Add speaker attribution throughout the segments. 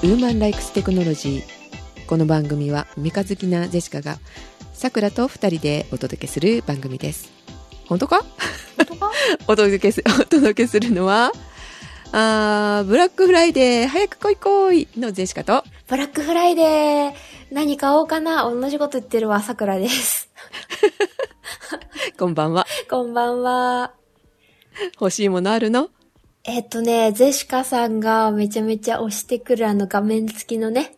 Speaker 1: The Woman Likes Technology この番組はメカ好きなジェシカがさくらと二人でお届けする番組です本当か
Speaker 2: 本当か
Speaker 1: お届けす お届けするのはあーブラックフライデー早く来い来いのジェシカと
Speaker 2: ブラックフライデー、何買おうかな同じこと言ってるわ、さくらです。
Speaker 1: こんばんは
Speaker 2: こんばんは。
Speaker 1: 欲しいものあるの
Speaker 2: えっとね、ゼシカさんがめちゃめちゃ押してくるあの画面付きのね、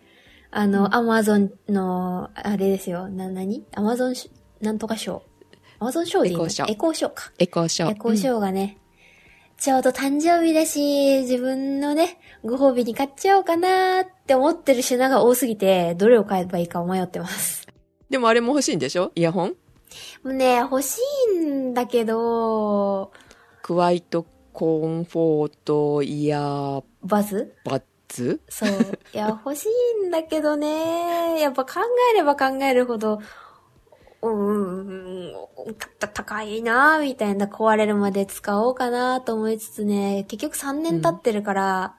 Speaker 2: あの、アマゾンの、あれですよ、な、なにアマゾン、なんとか賞。アマゾン賞でいいの
Speaker 1: エコー賞
Speaker 2: エコー賞か。
Speaker 1: エコーショー
Speaker 2: エコー賞がね、ちょうど誕生日だし、自分のね、ご褒美に買っちゃおうかなーって思ってる品が多すぎて、どれを買えばいいか迷ってます。
Speaker 1: でもあれも欲しいんでしょイヤホン
Speaker 2: もうね、欲しいんだけど、
Speaker 1: クワイトコンフォートイヤー
Speaker 2: バズ
Speaker 1: バッツ
Speaker 2: そう。いや、欲しいんだけどね。やっぱ考えれば考えるほど、うーん、た、た、高いなみたいな、壊れるまで使おうかなと思いつつね、結局3年経ってるから、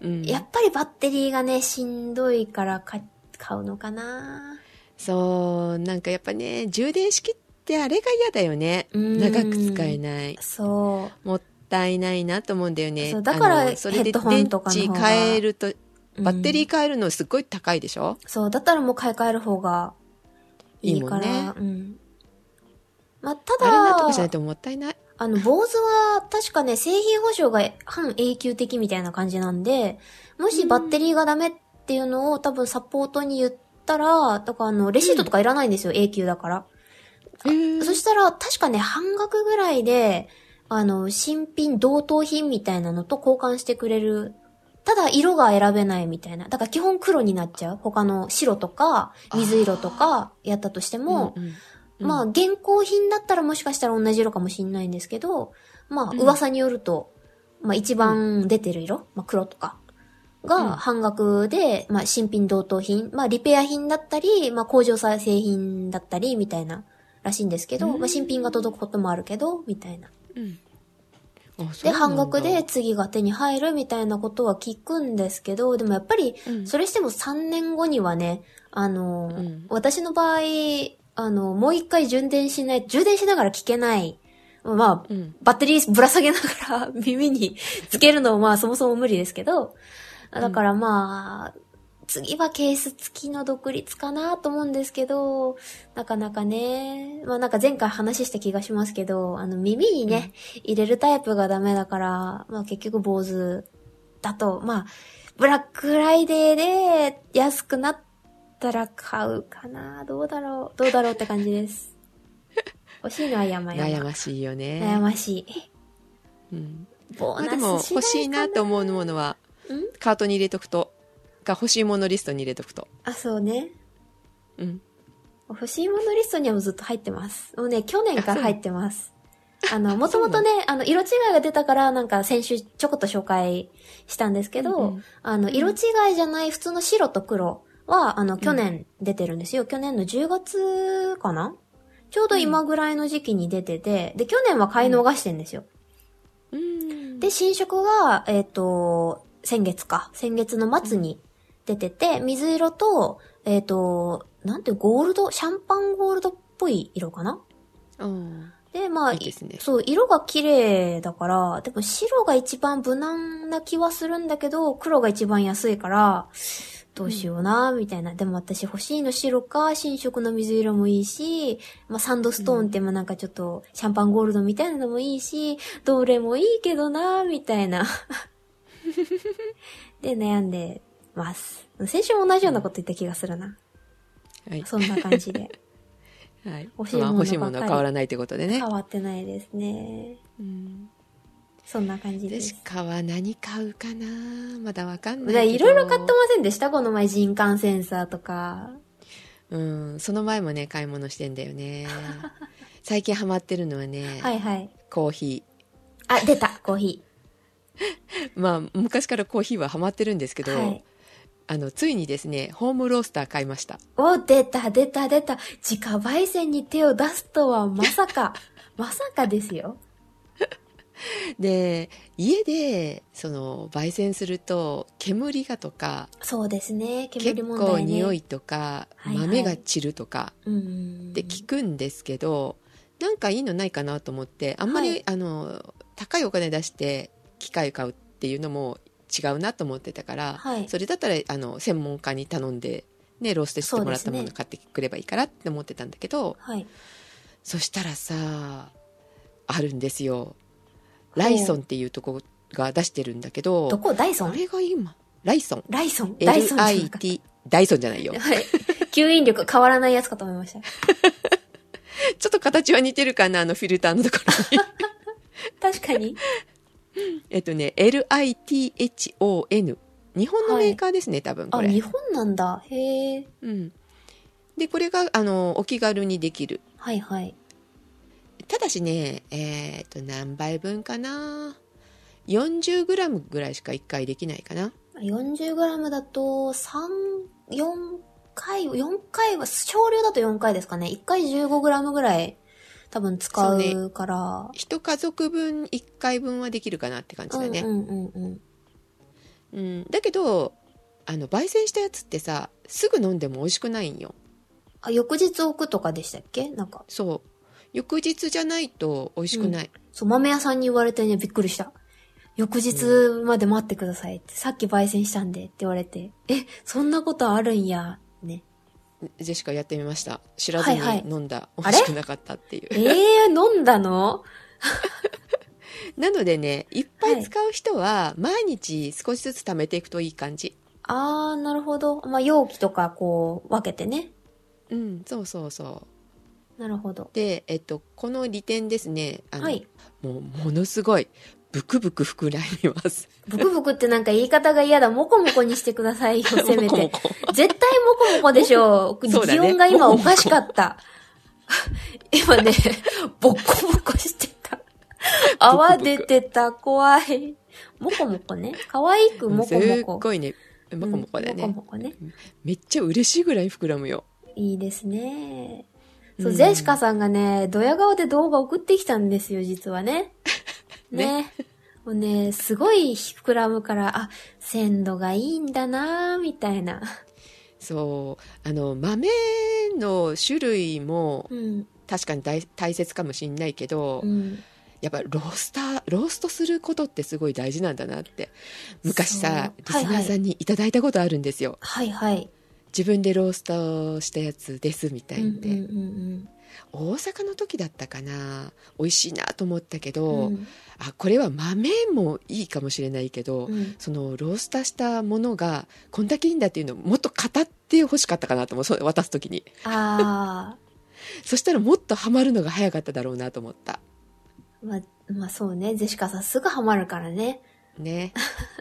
Speaker 1: うん
Speaker 2: やっぱりバッテリーがね、しんどいから買、買うのかな
Speaker 1: そうなんかやっぱね充電式ってあれが嫌だよね
Speaker 2: うん
Speaker 1: 長く使えない
Speaker 2: そう。
Speaker 1: もったいないなと思うんだよね
Speaker 2: そうだから
Speaker 1: あのそれ
Speaker 2: ヘ
Speaker 1: で
Speaker 2: ッドホンとかの
Speaker 1: 電
Speaker 2: 方
Speaker 1: 池
Speaker 2: が
Speaker 1: 変えるとバッテ
Speaker 2: ー
Speaker 1: リー変えるのすっごい高いでしょ、
Speaker 2: そう、だったらもう買い替える方がいいから。
Speaker 1: いいもんね
Speaker 2: うん。まあ、た
Speaker 1: あれ
Speaker 2: だ、
Speaker 1: なんとかしないともったいない
Speaker 2: あの、坊主は確かね、製品保証が半永久的みたいな感じなんで、もしバッテリーがダメっていうのを多分サポートに言ったら、だからあの、レシートとかいらないんですよ、永久だから。
Speaker 1: へー
Speaker 2: そしたら、確かね、半額ぐらいで、あの、新品、同等品みたいなのと交換してくれる。ただ、色が選べないみたいな。だから基本黒になっちゃう。他の白とか、水色とか、やったとしても、
Speaker 1: うんうんうん
Speaker 2: まあ、現行品だったらもしかしたら同じ色かもしんないんですけど、まあ、
Speaker 1: うん
Speaker 2: 噂によると、まあ、一番出てる色、まあ、黒とか、
Speaker 1: うん
Speaker 2: が半額で、まあ、新品同等品、まあ、リペア品だったり、まあ、工場再生品だったり、みたいな、らしいんですけど、
Speaker 1: うん
Speaker 2: まあ、新品が届くこともあるけど、みたいな。
Speaker 1: うんあそう
Speaker 2: で、
Speaker 1: なん
Speaker 2: 半
Speaker 1: だ
Speaker 2: 額で次が手に入るみたいなことは聞くんですけど、でもやっぱり、
Speaker 1: うん
Speaker 2: それしても3年後にはね、あの、
Speaker 1: うん
Speaker 2: 私の場合、あの、もう一回充電しない、充電しながら聞けない。まあ、
Speaker 1: うん
Speaker 2: バッテリーぶら下げながら 耳につけるのもまあそもそも無理ですけど、だからまあ、次はケース付きの独立かなと思うんですけど、なかなかね、まあなんか前回話した気がしますけど、あの耳にね、入れるタイプがダメだから、まあ結局坊主だと、まあ、ブラックフライデーで安くなったら買うかなどうだろうどうだろうって感じ です。欲しいのは山々。
Speaker 1: 悩ましいよ
Speaker 2: 悩
Speaker 1: ね、
Speaker 2: ましい。
Speaker 1: うん
Speaker 2: ボ
Speaker 1: ま
Speaker 2: ー
Speaker 1: あ、で
Speaker 2: ナ
Speaker 1: も
Speaker 2: ス次第か
Speaker 1: 欲しいなと思うものは
Speaker 2: ん
Speaker 1: カートに入れとくとが欲しいものリストに入れとくと
Speaker 2: あ、そうね。
Speaker 1: うん
Speaker 2: 欲しいものリストにはもうずっと入ってます。もうね、去年か
Speaker 1: あそ
Speaker 2: ら
Speaker 1: う
Speaker 2: 入ってます。あの、もともとね、あの、色違いが出たから、なんか先週ちょこっと紹介したんですけど、
Speaker 1: うんうん
Speaker 2: あの、色違いじゃない普通の白と黒は、あの、去年出てるんですよ。去年の10月かなちょうど今ぐらいの時期に出てて、で、去年は買い逃してんですよ。
Speaker 1: うん
Speaker 2: で、新色が、えっ、と、先月か。先月の末に出てて、水色と、えっ、と、なんてゴールド、シャンパンゴールドっぽい色かな
Speaker 1: うん
Speaker 2: で、まあ、
Speaker 1: いいですね
Speaker 2: そう、色が綺麗だから、でも白が一番無難な気はするんだけど、黒が一番安いから、どうしような、みたいな。でも私欲しいの白か、新色の水色もいいし、まあサンドストーンってまあなんかちょっとシャンパンゴールドみたいなのもいいし、どれもいいけどな、みたいな。 で、悩んでます。先週も同じようなこと言った気がするな。
Speaker 1: はい
Speaker 2: そんな感じで。
Speaker 1: はい、
Speaker 2: 欲しいものばっかり
Speaker 1: まあ欲しいものは変わらないということでね
Speaker 2: 変。わってないですね。
Speaker 1: うん
Speaker 2: そんな感じ
Speaker 1: ジェ
Speaker 2: です
Speaker 1: シ。カは何買うかなまだわかん
Speaker 2: だ
Speaker 1: な
Speaker 2: から
Speaker 1: いけど。
Speaker 2: いろいろ買ってませんでしたこの前人感センサーとか。
Speaker 1: うん、その前もね、買い物してんだよ ね。最近ハマってるのはね、
Speaker 2: はいはい。
Speaker 1: コーヒ
Speaker 2: あ、出たコーヒ
Speaker 1: ー。まあ、昔からコーヒーはハマってるんですけど、
Speaker 2: ー。はい。
Speaker 1: あの、ついにですね、ホームロースター買いました。
Speaker 2: お、出た出た出た自 家焙煎に手を出すとはまさか、まさかですよ。
Speaker 1: で、家で、その、焙煎すると、煙がとか、
Speaker 2: そうですね。煙
Speaker 1: 結
Speaker 2: 問
Speaker 1: 構
Speaker 2: 題ね。
Speaker 1: 匂いとか、
Speaker 2: はいはい
Speaker 1: 豆が散るとか
Speaker 2: うん。
Speaker 1: って聞くんですけど、なんかいいのないかなと思って、あんまり、
Speaker 2: はい
Speaker 1: あの、高いお金出して機械買うっていうのも違うなと思ってたから、
Speaker 2: はい
Speaker 1: それだったら、あの、専門家に頼んで、ね、ローステしてもらったも
Speaker 2: そう
Speaker 1: の
Speaker 2: ですね
Speaker 1: 買ってくればいいからって思ってたんだけど、
Speaker 2: はい。
Speaker 1: そしたらさ、あるんですよ。ライソンっていうとこが出してるんだけど、
Speaker 2: どこダイソ
Speaker 1: あ
Speaker 2: ン
Speaker 1: れが今、ライソン。
Speaker 2: ライソンダイソンじゃなかった
Speaker 1: LIT、ダイソンじゃ ないよ。
Speaker 2: はい。吸引力変わらないやつかと思いました。
Speaker 1: ちょっと形は似てるかな、あのフィルターのところに。
Speaker 2: 確かに。
Speaker 1: えっとね、LITHON。日本のメーカーですね、多分こ
Speaker 2: あ、
Speaker 1: れ。
Speaker 2: 日本なんだ。へえ。
Speaker 1: うん。で、これが、あの、お気軽にできる。
Speaker 2: はいはい。
Speaker 1: ただしね、えーっと、何倍分かな。40g ぐらいしか1回できないかな。
Speaker 2: 40g だと、3、4回、4回は、少量だと4回ですかね。1回 15g ぐらい、多分使
Speaker 1: そう
Speaker 2: から。
Speaker 1: 一家族分1回分はできるかなって感じだね。
Speaker 2: うんうんうんうん。
Speaker 1: うん、だけどあの焙煎したやつってさすぐ飲んでも美味しくないんよ
Speaker 2: あ、翌日置くとかでしたっけなんか、
Speaker 1: そう翌日じゃないと美味しくない、
Speaker 2: そう、豆屋さんに言われてね、びっくりした。翌日まで待ってくださいって、さっき焙煎したんでって言われて、え、そんなことあるんや、ね。
Speaker 1: ジェシカやってみました知らずに
Speaker 2: はいはい
Speaker 1: 飲んだ、
Speaker 2: あ
Speaker 1: 美
Speaker 2: れ
Speaker 1: 味しくなかったっていう
Speaker 2: ええ飲んだの
Speaker 1: なのでねいっぱい使う人は毎日少しずつ貯めていくといい感じ
Speaker 2: あー、なるほど。まあ、容器とかこう、分けてね。
Speaker 1: うんそうそうそう
Speaker 2: なるほど。
Speaker 1: でえっとこの利点ですねあの、
Speaker 2: はい。
Speaker 1: もうものすごいブクブク膨らみます
Speaker 2: ブクブクってなんか言い方が嫌だ。モコ モコにしてくださいよ、 せめ
Speaker 1: もこも
Speaker 2: て。
Speaker 1: こ
Speaker 2: 絶対モコモコでしょう。
Speaker 1: そうだね
Speaker 2: 擬音が今おかしかった。今ね、ボッコ ボコしてた。泡出てた、怖い。モコモコね。可愛くモコ
Speaker 1: すっ
Speaker 2: モコ。
Speaker 1: ごいねもこもこだね、
Speaker 2: うんモコモコね。
Speaker 1: めっちゃ嬉しいぐらい膨らむよ
Speaker 2: いいですね。そう、
Speaker 1: うん
Speaker 2: ゼシカさんがね、ドヤ顔で動画送ってきたんですよ、実はね。 ね。もうね、すごい膨らむから、あ、鮮度がいいんだなぁみたいな。
Speaker 1: そうあの豆の種類も
Speaker 2: うん。
Speaker 1: 確かに大大切かもしんないけど、
Speaker 2: うん。
Speaker 1: やっぱロースターローストすることってすごい大事なんだなって昔さリ
Speaker 2: そう
Speaker 1: スナーさんにいただいたことあるんですよ、
Speaker 2: はいはい。
Speaker 1: 自分でローストしたやつですみたいんで、
Speaker 2: うんうん
Speaker 1: 大阪の時だったかな美味しいなと思ったけ
Speaker 2: う
Speaker 1: ど、
Speaker 2: んうん。
Speaker 1: あこれは豆もいいかもしれないけど、
Speaker 2: うん
Speaker 1: そのロースターしたものがこんだけいいんだっていうのをもっと語ってほしかったかなと思うそう渡す時に
Speaker 2: あ
Speaker 1: そしたらもっとハマるのが早かっただろうなと思った。
Speaker 2: ー、 ま、まあそうね、ゼシカさんすぐハマるからね。
Speaker 1: ね。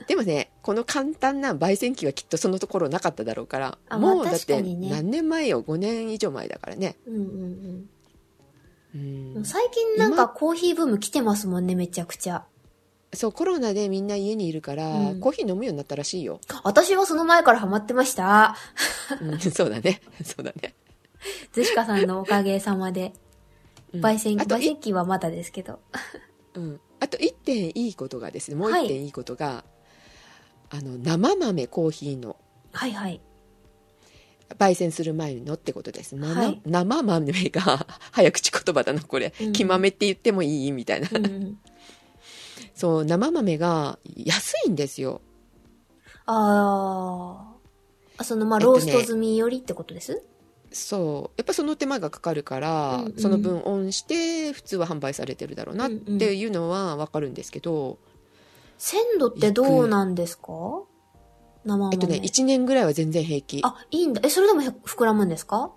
Speaker 1: でもね、この簡単な焙煎機はきっとそのところなかっただろうから、
Speaker 2: あまあ
Speaker 1: もうだっ
Speaker 2: 確か
Speaker 1: て
Speaker 2: にね
Speaker 1: 何年前よ、5年以上前だからね。
Speaker 2: うんうん
Speaker 1: う
Speaker 2: うん。も
Speaker 1: ん
Speaker 2: う。最近なんかコーヒーブーム来てますもんね、めちゃくちゃ。
Speaker 1: そう、コロナでみんな家にいるから、
Speaker 2: うん
Speaker 1: コーヒー飲むようになったらしいよ。
Speaker 2: 私はその前からハマってました。
Speaker 1: うん、そうだね。そうだね。
Speaker 2: ゼシカさんのおかげさまで。
Speaker 1: うん
Speaker 2: 焙煎、
Speaker 1: あと
Speaker 2: 焙
Speaker 1: い
Speaker 2: 煎機はまだですけど。
Speaker 1: うん。あと1点いいことがですね、もう
Speaker 2: はい
Speaker 1: 1点いいことが、あの、生豆コーヒーの、
Speaker 2: はいはい。
Speaker 1: 焙煎する前のってことです。まな
Speaker 2: はい
Speaker 1: 生豆が、 早口言葉だな、これ
Speaker 2: うん。
Speaker 1: 木豆って言ってもいいみたいな。
Speaker 2: うんうん。
Speaker 1: そう、生豆が安いんですよ。
Speaker 2: あーあ。そのまあ、
Speaker 1: えっと
Speaker 2: ロ
Speaker 1: ね
Speaker 2: ースト済みよりってことです、
Speaker 1: そう。やっぱその手間がかかるから、
Speaker 2: うんうん
Speaker 1: その分オンして、普通は販売されてるだろうなっ
Speaker 2: うんうん
Speaker 1: ていうのはわかるんですけど、
Speaker 2: 鮮度ってどうなんですか生豆。
Speaker 1: えっとね、1年ぐらいは全然平気。
Speaker 2: あ、いいんだ。え、それでもへ膨らむんですか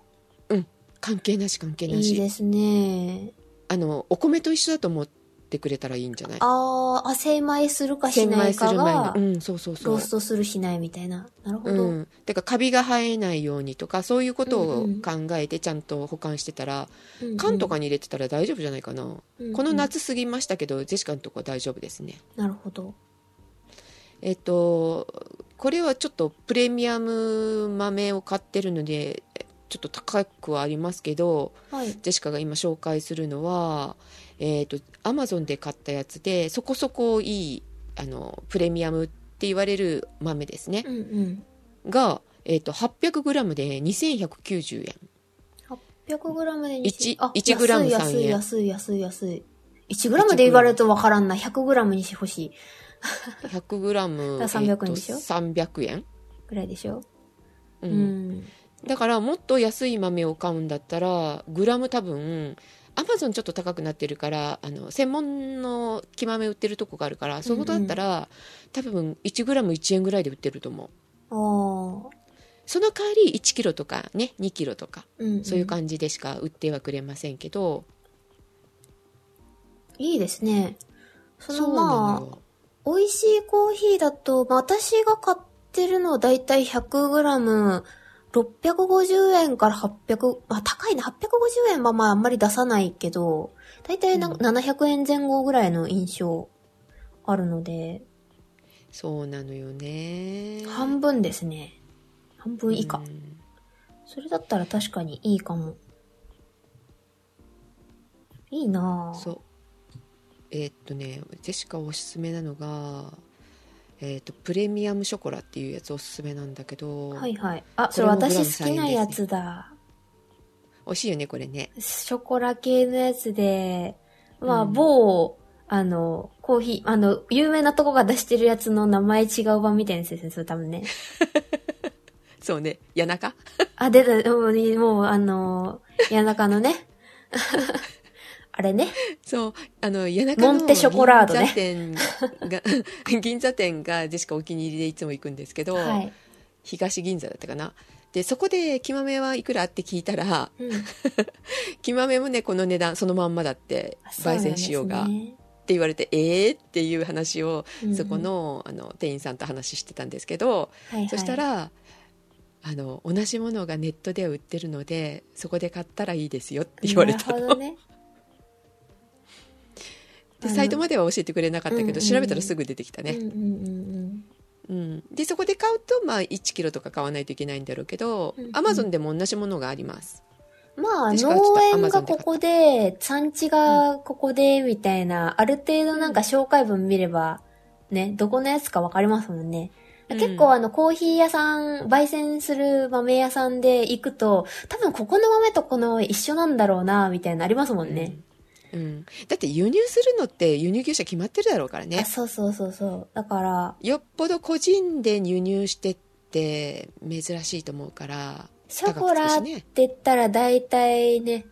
Speaker 1: 関係なし関係ない
Speaker 2: い
Speaker 1: し。
Speaker 2: ですね。
Speaker 1: あの、お米と一緒だと思ってくれたらいいんじゃない
Speaker 2: あーあ、精米するかし
Speaker 1: 千
Speaker 2: ない
Speaker 1: 枚す
Speaker 2: か
Speaker 1: る前の。
Speaker 2: が
Speaker 1: う、ん、そうそうそ
Speaker 2: ロー
Speaker 1: う
Speaker 2: ス。トするしないみたいな。なるほど。
Speaker 1: うん、てかカビが生えないようにとかそういうことを
Speaker 2: うんうん
Speaker 1: 考えてちゃんと保管してたら、
Speaker 2: うんうん
Speaker 1: 缶とかに入れてたら大丈夫じゃないかな、
Speaker 2: うんうん
Speaker 1: この夏過ぎましたけどジェシカのとこは大丈夫ですね
Speaker 2: なるほど。
Speaker 1: えっと、これはちょっとプレミアム豆を買ってるので、ちょっと高くはありますけど
Speaker 2: はい。
Speaker 1: ジェシカが今紹介するのはえっ、とアマゾンで買ったやつでそこそこいいあのプレミアムって言われる豆ですね
Speaker 2: う、んうん。
Speaker 1: が、えっと 800g で2190円
Speaker 2: 100g で
Speaker 1: 一
Speaker 2: 2000あ
Speaker 1: 一グラム
Speaker 2: 安い
Speaker 1: 3円
Speaker 2: 安い安い安い安い。1g で言われるとわからんな。100g にしてほしい
Speaker 1: 100g
Speaker 2: だから300円でしょ
Speaker 1: 300円、
Speaker 2: ぐらいでしょ。
Speaker 1: う
Speaker 2: うんん。
Speaker 1: だからもっと安い豆を買うんだったらグラム多分アマゾンちょっと高くなってるからあの専門の木豆売ってるとこがあるからそこだったら、多分1グラム1円ぐらいで売ってると思う
Speaker 2: ああ。
Speaker 1: その代わり1キロとかね2キロとか
Speaker 2: うん、ん。
Speaker 1: そういう感じでしか売ってはくれませんけど、
Speaker 2: いいですね。その
Speaker 1: そうなの
Speaker 2: ま
Speaker 1: よ
Speaker 2: あ、美味しいコーヒーだと、まあ私が買ってるのはだいたい 100g、650円から800、あ、高いね。850円はまああんまり出さないけど、だいたいな
Speaker 1: うん
Speaker 2: 700円前後ぐらいの印象あるので、
Speaker 1: そうなのよね
Speaker 2: 半分ですね。半分以下。
Speaker 1: うん
Speaker 2: それだったら確かにいいかも。いいなぁ。
Speaker 1: そうえーっとねジェシカおすすめなのが、えーっとプレミアムショコラっていうやつおすすめなんだけど、
Speaker 2: はいはい。あ、
Speaker 1: こ
Speaker 2: そ
Speaker 1: れ
Speaker 2: れ
Speaker 1: もグラム
Speaker 2: 私好きな
Speaker 1: 3円ですね
Speaker 2: やつだ。
Speaker 1: 美味しいよねこれね
Speaker 2: ショコラ系のやつで、まあ、
Speaker 1: うん
Speaker 2: 某、あの、コーヒー、あの、有名なとこが出してるやつの名前違う版みたいなやつですね、それ 多分ね。
Speaker 1: そうね谷中
Speaker 2: あ、出た、もう、もうあ の、谷中のね。 あれね。
Speaker 1: そうあの谷中の
Speaker 2: モンテショコラードね
Speaker 1: 銀座店が 銀座店がジェシカお気に入りでいつも行くんですけど、
Speaker 2: はい。
Speaker 1: 東銀座だったかなでそこで木豆はいくらって聞いたら
Speaker 2: うん。
Speaker 1: 木豆もねこの値段そのまんまだって
Speaker 2: あそう
Speaker 1: 焙
Speaker 2: なんで
Speaker 1: 煎
Speaker 2: す
Speaker 1: しようがっ
Speaker 2: ね
Speaker 1: て言われて、ええー、っていう話を
Speaker 2: うん
Speaker 1: そこのあの店員さんと話してたんですけど、
Speaker 2: はいはい
Speaker 1: そしたらあの同じものがネットでは売ってるのでそこで買ったらいいですよって言われた
Speaker 2: な
Speaker 1: の
Speaker 2: るほどね。
Speaker 1: でサイトまでは教えてくれなかったけど、
Speaker 2: うんうん
Speaker 1: 調べたらすぐ出てきた
Speaker 2: う
Speaker 1: ね、
Speaker 2: んうんうん
Speaker 1: うんでそこで買うと、まあ、1キロとか買わないといけないんだろうけど
Speaker 2: うんうん
Speaker 1: アマゾンでも同じものがあります
Speaker 2: うん。まあ、
Speaker 1: でしかもちょっと
Speaker 2: 農園
Speaker 1: Amazon
Speaker 2: が
Speaker 1: で買
Speaker 2: こ
Speaker 1: った
Speaker 2: こで、産地がここで、みたいな、ある程度なんか紹介文見れば、ね、どこのやつかわかりますもんね。
Speaker 1: うん
Speaker 2: 結構あの、コーヒー屋さん、焙煎する豆屋さんで行くと、多分ここの豆とこの一緒なんだろうな、みたいなのありますもんね。
Speaker 1: うん、うんだって輸入するのって輸入業者決まってるだろうから
Speaker 2: あ
Speaker 1: ね
Speaker 2: そうそうそうそう。だから、
Speaker 1: よっぽど個人で輸入してって珍しいと思うから
Speaker 2: ショコラ
Speaker 1: 高
Speaker 2: っ
Speaker 1: くつくしてね
Speaker 2: 言ったら大体ね、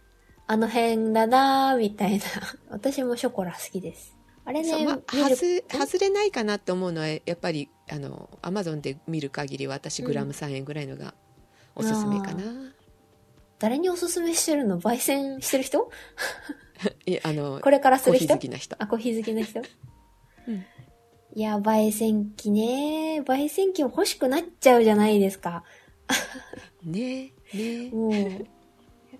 Speaker 2: あの辺だなーみたいな。 私もショコラ好きです。あれ
Speaker 1: そう
Speaker 2: ね、
Speaker 1: まあ
Speaker 2: ミルク
Speaker 1: 外外れないかなと思うのはやっぱりあのアマゾンで見る限りは私
Speaker 2: うん
Speaker 1: グラム3円ぐらいのがおすすめかな、
Speaker 2: 誰におすすめしてるの焙煎してる人
Speaker 1: いやあの
Speaker 2: これから
Speaker 1: コ
Speaker 2: す
Speaker 1: ー
Speaker 2: る
Speaker 1: ヒー
Speaker 2: 人
Speaker 1: 好きな人
Speaker 2: あ、コーヒー好き な人、
Speaker 1: うん
Speaker 2: いや、焙煎機ね焙煎機も欲しくなっちゃうじゃないですか。
Speaker 1: ねね
Speaker 2: もう。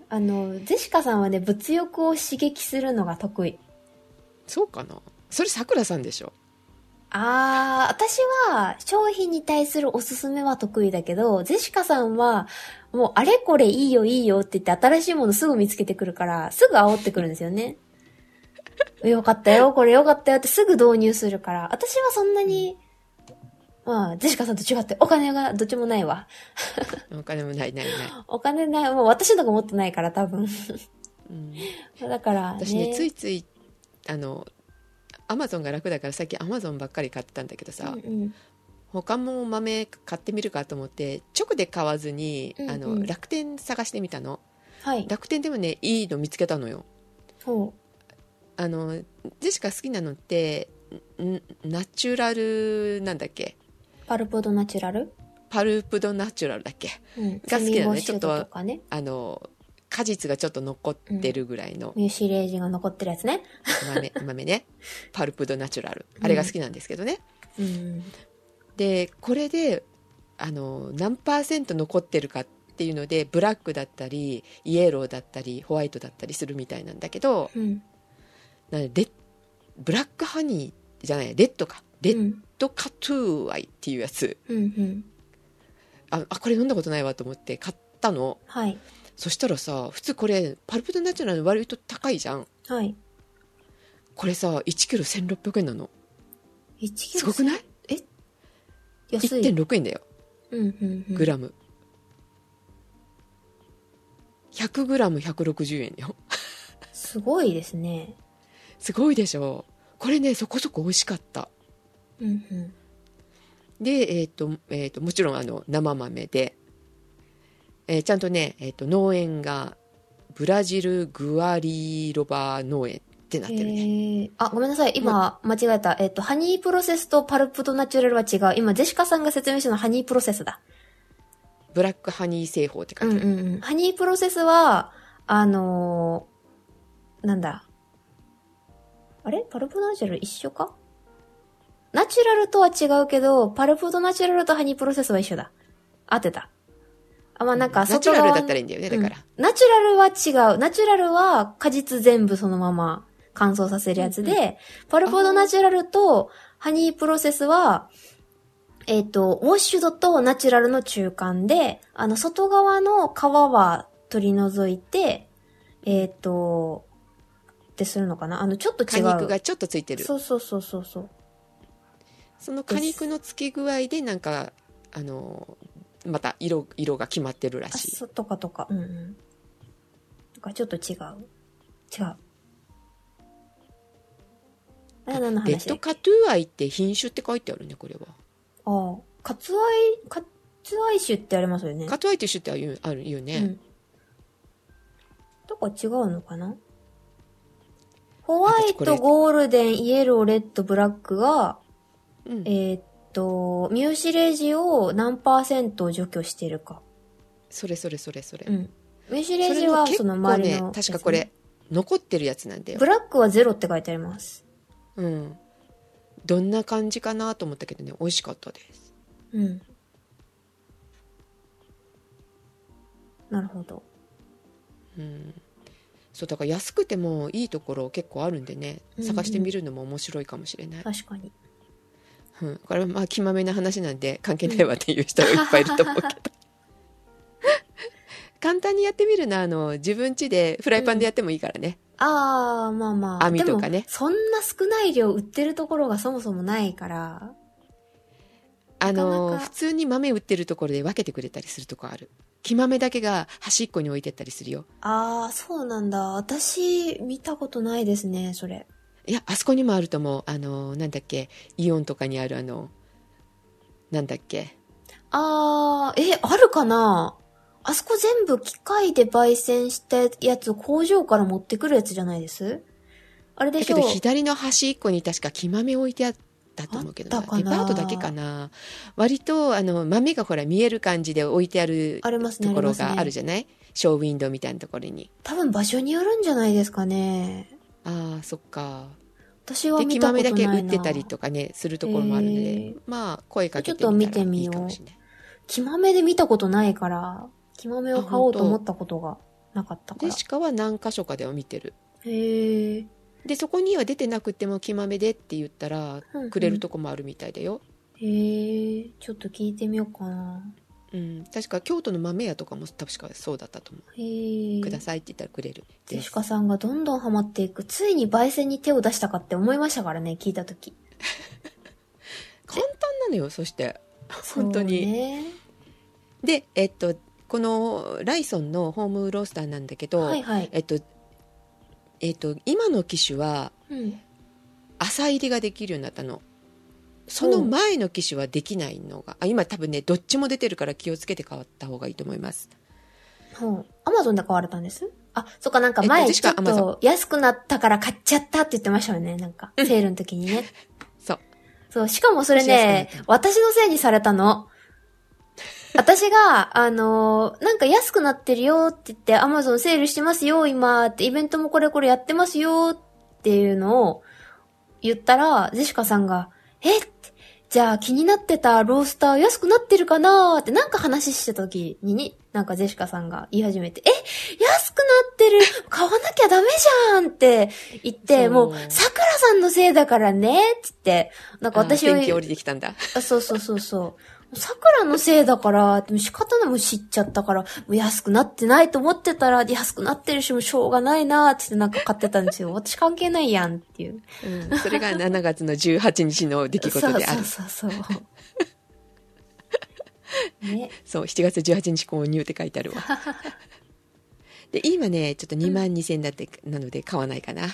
Speaker 2: あの、ゼシカさんはね、物欲を刺激するのが得意。
Speaker 1: そうかなそれさくらさんでしょ
Speaker 2: あー、私は商品に対するおすすめは得意だけど、ジェシカさんは、もうあれこれいいよいいよって言って新しいものすぐ見つけてくるから、すぐ煽ってくるんですよね。 よかったよ、これよかったよってすぐ導入するから、私はそんなに、まあ、ジェシカさんと違ってお金がどっちもないわ。
Speaker 1: お金もないないない、
Speaker 2: お金ない、もう私のが持ってないから多分。
Speaker 1: うん、
Speaker 2: だから、ね、
Speaker 1: 私ねついついあのアマゾンが楽だから最近アマゾンばっかり買ってたんだけどさ、
Speaker 2: うんうん
Speaker 1: 他も豆買ってみるかと思って直で買わずに、あ
Speaker 2: うんう
Speaker 1: の
Speaker 2: ん
Speaker 1: 楽天探してみたの
Speaker 2: はい。
Speaker 1: 楽天でもねいいの見つけたのよ
Speaker 2: そう。
Speaker 1: あのジェシカ好きなのってんナチュラルなんだっけ
Speaker 2: パルポドナチュラル
Speaker 1: パルプドナチュラルだっけ
Speaker 2: うん。
Speaker 1: が好きなのね
Speaker 2: セミゴッ
Speaker 1: ち
Speaker 2: シュド
Speaker 1: ょっと
Speaker 2: とかね。
Speaker 1: あの果実がちょっと残ってるぐらいの
Speaker 2: ミューシーレージが残ってるやつね。
Speaker 1: 豆,、豆ねパルプドナチュラルあれが好きなんですけどね、
Speaker 2: うん。
Speaker 1: でこれであの何パーセント残ってるかっていうのでブラックだったりイエローだったりホワイトだったりするみたいなんだけど
Speaker 2: うん。
Speaker 1: なレッブラックハニーじゃないレッドかレ
Speaker 2: う
Speaker 1: ッ
Speaker 2: ん。
Speaker 1: ドカトゥーアイっていうやつ、
Speaker 2: うん。
Speaker 1: ああこれ飲んだことないわと思って買ったったの
Speaker 2: はい。
Speaker 1: そしたらさ普通これパルプトナチュラル割と高いじゃん
Speaker 2: はい。
Speaker 1: これさ1キロ1600円なの
Speaker 2: 1キ
Speaker 1: す
Speaker 2: ロ
Speaker 1: ごくない
Speaker 2: 安い。
Speaker 1: 1.6円だよ
Speaker 2: うんうんうん。
Speaker 1: グラム100グラム160円よ
Speaker 2: すごいですね。
Speaker 1: すごいでしょこれねそこそこ美味しかった
Speaker 2: うんうん。
Speaker 1: で、えっとえっともちろんあの生豆で、えーちゃんとね、えっと農園がブラジルグアリロバ農園ってなってるね、
Speaker 2: えー、あ、ごめんなさい。今、間違えた。えっ、と、ハニープロセスとパルプとナチュラルは違う。今、ジェシカさんが説明したのはハニープロセスだ。
Speaker 1: ブラックハニー製法って
Speaker 2: う
Speaker 1: 書いて
Speaker 2: んう
Speaker 1: ある、
Speaker 2: んうん。ハニープロセスは、あのーなんだ。あれパルプとナチュラル一緒かナチュラルとは違うけど、パルプとナチュラルとハニープロセスは一緒だ。合ってた。あ、まあなんか、
Speaker 1: ナチュラルだった
Speaker 2: ら
Speaker 1: らいいんだよねだから、
Speaker 2: ナチュラルは違う。ナチュラルは果実全部そのまま乾燥させるやつで、
Speaker 1: うん
Speaker 2: パルポードナチュラルとハニープロセスは、えっ、と、ウォッシュドとナチュラルの中間で、あの、外側の皮は取り除いて、えっ、と、ってするのかなあの、ちょっと
Speaker 1: 果
Speaker 2: 違う。
Speaker 1: 肉がちょっとついてる
Speaker 2: そうそうそうそうそう。
Speaker 1: その果肉の付き具合でなんかあのまた色色が決まってるら
Speaker 2: あ、
Speaker 1: しい
Speaker 2: そう、とかとか。うんうん。とか、ちょっと違う。違う。あれ、何の話
Speaker 1: レ
Speaker 2: だっ
Speaker 1: ッ
Speaker 2: け
Speaker 1: ドカトゥーアイって品種って書いてあるねこれは
Speaker 2: ああ、カツアイ、カツアイ種ってありますよね。
Speaker 1: カトゥーアイって種ってあるあるよ
Speaker 2: う
Speaker 1: ね、
Speaker 2: ん。とか違うのかなホワイ
Speaker 1: 私これ
Speaker 2: ト、ゴールデン、イエロー、レッド、ブラックが、
Speaker 1: うん
Speaker 2: えーっと、ミューシレージを何パーセント除去してるか。
Speaker 1: それそれそれそれ、
Speaker 2: うん。ミューシレ
Speaker 1: そ
Speaker 2: ージ
Speaker 1: れ
Speaker 2: は
Speaker 1: も
Speaker 2: そ
Speaker 1: 結
Speaker 2: の
Speaker 1: 構
Speaker 2: 周り
Speaker 1: ね
Speaker 2: のやつね、
Speaker 1: 確かこれ残ってるやつなんだよ
Speaker 2: ブ、ラックはゼロって書いてあります。
Speaker 1: うん、どんな感じかなと思ったけどね美味しかったです
Speaker 2: うん。なるほど。
Speaker 1: うんそうだから安くてもいいところ結構あるんでね探してみるのも面白いかもしれない、
Speaker 2: 確かに。
Speaker 1: うん、これはまあ気まめな話なんで関係ないわっていう人もいっぱいいると思うけ ど簡単にやってみるのはあの自分家でフライパンでやってもいいからね、
Speaker 2: ああ、まあまあ。
Speaker 1: 網とかね
Speaker 2: でもそんな少ない量売ってるところがそもそもないから。
Speaker 1: あの
Speaker 2: なかなか
Speaker 1: 普通に豆売ってるところで分けてくれたりするとこある木豆だけが端っこに置いてったりするよ
Speaker 2: ああ、そうなんだ。私、見たことないですね、それ。
Speaker 1: いやあそこにもあると思うあのなんだっけイオンとかにあるあのなんだっけ
Speaker 2: ああ、え、あるかなあそこ全部機械で焙煎したやつ、工場から持ってくるやつじゃないですあれで
Speaker 1: だ
Speaker 2: し
Speaker 1: け
Speaker 2: ょ
Speaker 1: ど左の端っこに確か木豆置いてあったと思うけど
Speaker 2: あ
Speaker 1: な
Speaker 2: ったか
Speaker 1: デ
Speaker 2: な
Speaker 1: パートだけかな割とあの豆がほら見える感じで置いてある
Speaker 2: ありますね、
Speaker 1: と
Speaker 2: あ
Speaker 1: こ
Speaker 2: り
Speaker 1: ろ
Speaker 2: ますね。
Speaker 1: があるじゃない、ショーウィンドウみたいなところに
Speaker 2: 多分場所によるんじゃないですかね。
Speaker 1: ああそっか
Speaker 2: 私は
Speaker 1: で
Speaker 2: 見
Speaker 1: 木
Speaker 2: たこ
Speaker 1: 豆
Speaker 2: とない
Speaker 1: だ
Speaker 2: な。
Speaker 1: け売ってたりとかねするところもあるので、
Speaker 2: へー
Speaker 1: まあ声かけ
Speaker 2: ちょっと
Speaker 1: てみ
Speaker 2: 見
Speaker 1: た
Speaker 2: て
Speaker 1: らい
Speaker 2: み
Speaker 1: い
Speaker 2: よう
Speaker 1: かもしれない
Speaker 2: 木豆で見たことないから、木豆を買おうと思ったことがなかったか
Speaker 1: で
Speaker 2: ら。
Speaker 1: しかは何箇所かでは見てる
Speaker 2: へえ。
Speaker 1: でそこには出てなくても木豆でって言ったら
Speaker 2: うんうん
Speaker 1: くれるとこもあるみたいだよ、
Speaker 2: へえ。ちょっと聞いてみようかな。
Speaker 1: うん、確か京都の豆屋とかも確かそうだったと思う、
Speaker 2: へえ。
Speaker 1: くださいって言ったらくれる
Speaker 2: ジェ
Speaker 1: で
Speaker 2: シ
Speaker 1: す
Speaker 2: カさんがどんどんハマっていく。ついに焙煎に手を出したかって思いましたからね、聞いたとき。
Speaker 1: 簡単なのよそして 本当に、
Speaker 2: そうね。
Speaker 1: でえっとこのライソンのホームロースターなんだけど、
Speaker 2: はいはい。
Speaker 1: えっと、えっと、今の機種は
Speaker 2: うん。
Speaker 1: 朝入りができるようになったの。その前の機種はできないのが、あ今多分ね、どっちも出てるから気をつけて変わった方がいいと思います。
Speaker 2: ほう。アマゾンで買われたんですあ、そっか、なんか
Speaker 1: えっ
Speaker 2: 前、
Speaker 1: と
Speaker 2: ちょっ
Speaker 1: ジェシカ Amazon
Speaker 2: と安くなったから買っちゃったって言ってましたよね、なんか。セールの時にね。
Speaker 1: そう。
Speaker 2: そう、しかもそれね
Speaker 1: 安くなっ、
Speaker 2: 私のせいにされた の。私が、あのーなんか安くなってるよって言って、アマゾンセールしてますよ、今って、イベントもこれこれやってますよっていうのを言ったら、ジェシカさんが、えってじゃあ気になってたロースター安くなってるかなーってなんか話してた時にね、なんかジェシカさんが言い始めて、え安くなってる買わなきゃダメじゃんって言って、
Speaker 1: そう
Speaker 2: もう、桜さんのせいだからねっつって、なんか私
Speaker 1: あ
Speaker 2: を
Speaker 1: ー、天気降りてきたんだ。
Speaker 2: あそうそうそうそう。桜のせいだから、でも仕方ないもう知っちゃったから、もう安くなってないと思ってたら、安くなってるし、もうしょうがないなーっつってなんか買ってたんですよ。私関係ないやんっていう。
Speaker 1: うん、 それが7月の18日の出来事である。
Speaker 2: そうそうそうそう。ね。
Speaker 1: そう、7月18日購入って書いてある わ。で、今ね、ちょっと2万2000円だって、なので買わないかな。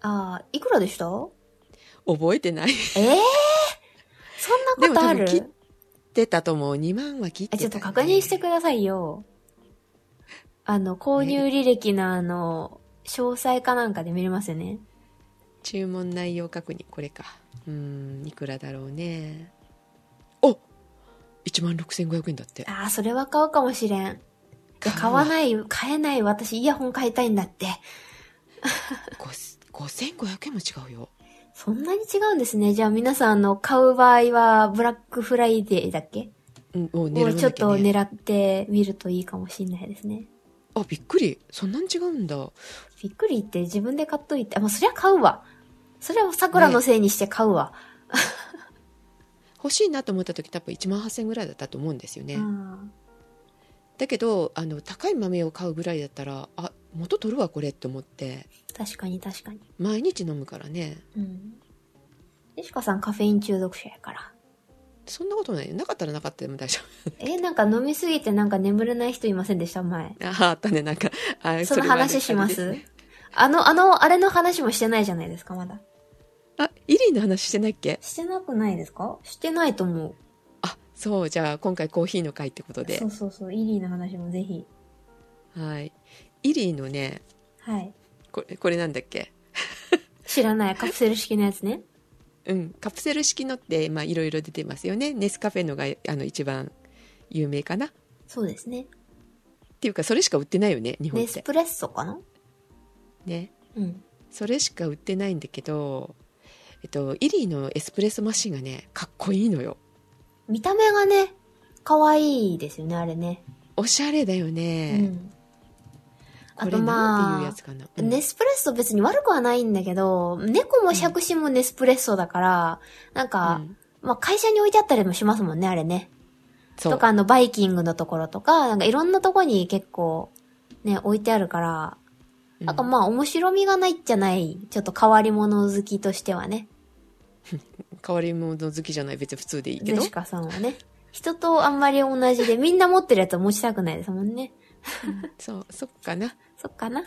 Speaker 2: ああ、いくらでした
Speaker 1: 覚えてない。
Speaker 2: ええー、そんなことある
Speaker 1: でも多分切出たと思う。2万は切ってた、
Speaker 2: え、ちょっと確認して。くださいよ。あの、購入履歴のあの、詳細かなんかで見れますよね。
Speaker 1: 注文内容確認、これか。うーん、いくらだろうね。お !1 万6500円だって。
Speaker 2: ああ、それは買うかもしれん。いや買わない、買えない私イヤホン買いたいんだって。
Speaker 1: ご5500円も違うよ。
Speaker 2: そんなに違うんですね。じゃあ皆さん、あの、買う場合は、ブラックフライデーだっけ
Speaker 1: うん、もう狙
Speaker 2: を
Speaker 1: わ
Speaker 2: ちょ
Speaker 1: な
Speaker 2: っ
Speaker 1: きゃ、
Speaker 2: と
Speaker 1: ね。
Speaker 2: 狙ってみるといいかもしれないですね。
Speaker 1: あ、びっくり。そんなに違うんだ。
Speaker 2: びっくりって自分で買っといて、あ、もうそりゃ買うわ。それは桜のせいにして買うわ。
Speaker 1: 欲しいなと思った時多分1万8000円ぐらいだったと思うんですよね。
Speaker 2: うん
Speaker 1: だけどあの高い豆を買うぐらいだったらあ元取るわこれって思って
Speaker 2: 確かに確かに。
Speaker 1: 毎日飲むからね
Speaker 2: うん。ジェシカさんカフェイン中毒者やから。
Speaker 1: そんなことないよなかったらなかったでも大丈
Speaker 2: え、なんか飲みすぎてなんか眠れない人いませんでした前。
Speaker 1: 夫ああったねなんかあ
Speaker 2: その
Speaker 1: れはあれ
Speaker 2: 話しま
Speaker 1: あれ
Speaker 2: す
Speaker 1: でね
Speaker 2: あの、あの、あれの話もしてないじゃないですか、まだ。
Speaker 1: あイリーの話してないっけ
Speaker 2: してなくないですかしてないと思
Speaker 1: あそうじゃあ今回コーヒーの会ってこと
Speaker 2: う。
Speaker 1: で
Speaker 2: そうそうそう、イリーの話もぜひ。
Speaker 1: はいイリーのね
Speaker 2: はい。
Speaker 1: これこれなんだっけ
Speaker 2: 知らない、カプセル式のやつね。
Speaker 1: うんカプセル式のってまあいろいろ出てますよねネスカフェのがあの一番有名かなっ
Speaker 2: そうですね。
Speaker 1: ていうかそれしか売ってないよね日本
Speaker 2: ネ
Speaker 1: っ
Speaker 2: ス
Speaker 1: て
Speaker 2: プレッソかな
Speaker 1: ね
Speaker 2: うん。
Speaker 1: それしか売ってないんだけど、えっと、イリーのエスプレッソマシンがね、かっこいいのよ。
Speaker 2: 見た目がね、可愛いですよね、あれね。
Speaker 1: おしゃれだよ
Speaker 2: う
Speaker 1: ね。
Speaker 2: ん。
Speaker 1: こ
Speaker 2: あ
Speaker 1: れ
Speaker 2: と
Speaker 1: なんて
Speaker 2: ま
Speaker 1: いうや
Speaker 2: あ
Speaker 1: つ、かな。うん
Speaker 2: ネスプレッソ別に悪くはないんだけど、猫も杓子もネスプレッソだから、なんか、
Speaker 1: うん
Speaker 2: まあ会社に置いてあったりもしますもんね、あれね。
Speaker 1: そ
Speaker 2: と
Speaker 1: う
Speaker 2: か、。あの、バイキングのところとか、なんかいろんなとこに結構、ね、置いてあるから、
Speaker 1: うん
Speaker 2: なんかまあ面白みがないじゃない、ちょっと変わり物好きとしてはね、
Speaker 1: 変わり物好きじゃない、別に普通でいいけ
Speaker 2: ジェ
Speaker 1: ど
Speaker 2: シ。カさんはね。人とあんまり同じで、みんな持ってるやつは持ちたくないですもんね。
Speaker 1: そう、そっかな。
Speaker 2: そっかな。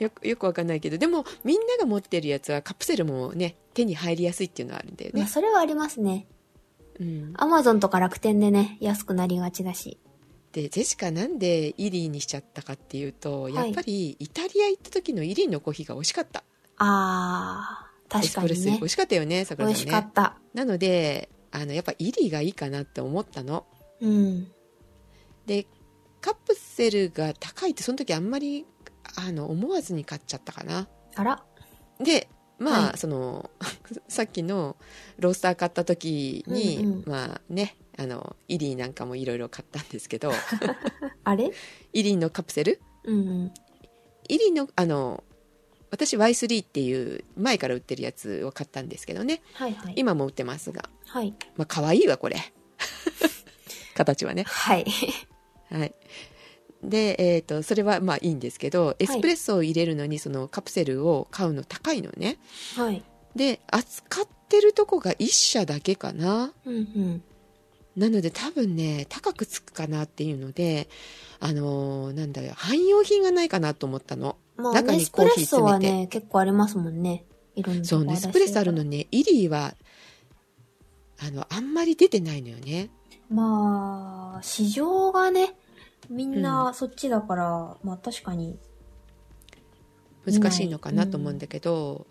Speaker 1: よく、よくわかんないけど、でも、みんなが持ってるやつはカプセルもね、手に入りやすいっていうのはあるんだよ
Speaker 2: まあ
Speaker 1: ね。
Speaker 2: それはありますね。
Speaker 1: うん。
Speaker 2: アマゾンとか楽天でね、安くなりがちだし。
Speaker 1: で、ジェシカなんでイリーにしちゃったかっていうと、
Speaker 2: い
Speaker 1: やっぱり、イタリア行った時のイリーのコーヒーが美味しかった。
Speaker 2: あ
Speaker 1: エ
Speaker 2: ー、確
Speaker 1: ス
Speaker 2: か
Speaker 1: プレッ
Speaker 2: に
Speaker 1: ソ美
Speaker 2: ね
Speaker 1: 味。しかったよね、
Speaker 2: 美
Speaker 1: 桜さん
Speaker 2: 味
Speaker 1: ね。
Speaker 2: しかった。
Speaker 1: なのであのやっぱイリがいいかなって思ったの
Speaker 2: うん。
Speaker 1: でカプセルが高いってその時あんまりあの思わずに買っちゃったかな
Speaker 2: あら。
Speaker 1: でまあ、
Speaker 2: はい
Speaker 1: その さっきのロースター買った時に、
Speaker 2: うんうん
Speaker 1: まあねあのイリーなんかもいろいろ買ったんですけど
Speaker 2: あれ
Speaker 1: イリーのカプセル
Speaker 2: うんうん。
Speaker 1: イリーのあの私 Y3 っていう前から売ってるやつを買ったんですけどね
Speaker 2: はいはい。
Speaker 1: 今も売ってますが
Speaker 2: はい。
Speaker 1: まあ可愛いわこれ 形はね
Speaker 2: はい。
Speaker 1: はい。で、えっ、と、それはまあいいんですけど、エスプレッソを入れるのにそのカプセルを買うの高いのね。
Speaker 2: はい。
Speaker 1: で、扱ってるとこが1社だけかな。
Speaker 2: うんうん。
Speaker 1: なので多分ね、高くつくかなっていうので、あのーなんだよ、汎用品がないかなと思ったの。
Speaker 2: まあ、
Speaker 1: 中
Speaker 2: ネ
Speaker 1: に
Speaker 2: ス
Speaker 1: コ
Speaker 2: プ
Speaker 1: ー
Speaker 2: レ
Speaker 1: ヒ
Speaker 2: ッ
Speaker 1: ー
Speaker 2: ソは
Speaker 1: 詰めて
Speaker 2: ね、結構ありますもんね。いろんなと
Speaker 1: そ
Speaker 2: こ
Speaker 1: う、ネスプレッソあるの
Speaker 2: に。
Speaker 1: ね、イリーは、あの、あんまり出てないのよね。
Speaker 2: まあ、市場がね、みんなそっちだから、まあ確かに。
Speaker 1: 難しいのかなと思うんだけど、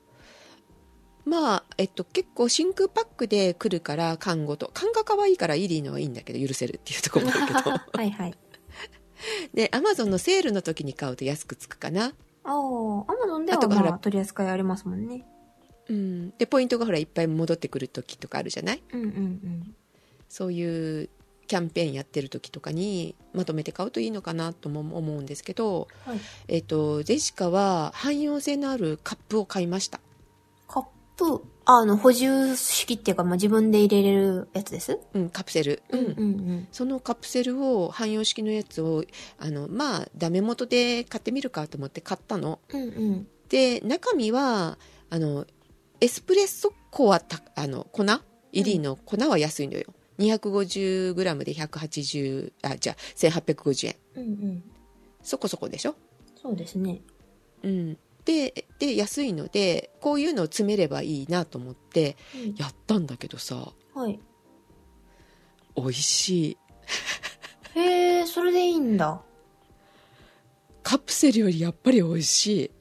Speaker 1: まあ、えっと、結構真空パックで来るから缶ごと缶が可愛いからイリーのはいいんだけど許せるっていうところもある けど
Speaker 2: はいはい。
Speaker 1: でアマゾンのセールの時に買うと安くつくかな、
Speaker 2: ああ、アマゾンで
Speaker 1: あ
Speaker 2: は
Speaker 1: とほら
Speaker 2: まあ取り扱いありますもんね。
Speaker 1: うん、でポイントがほらいっぱい戻ってくる時とかあるじゃない
Speaker 2: うんうんうん。
Speaker 1: そういうキャンペーンやってる時とかにまとめて買うといいのかなとも思うんですけど、
Speaker 2: はい
Speaker 1: えっとジェシカは汎用性のあるカップを買いました
Speaker 2: カップ、ああの、補充式っていうか、まあ、自分で入れれるやつです
Speaker 1: うんカプセルうん、
Speaker 2: うん
Speaker 1: そのカプセルを汎用式のやつをあのまあダメ元で買ってみるかと思って買ったの
Speaker 2: うん。うんうん。
Speaker 1: で中身はあのエスプレッソ粉はたあの粉イリーの粉は安いのよ 250g で180あじゃあ1850円
Speaker 2: うんうん。
Speaker 1: そこそこでしょ
Speaker 2: そうですね。
Speaker 1: うんでで安いのでこういうのを詰めればいいなと思って
Speaker 2: うん
Speaker 1: やったんだけどさ
Speaker 2: はい。
Speaker 1: 美味しい
Speaker 2: へえ、それでいいんだ。
Speaker 1: カプセルよりやっぱり美味しい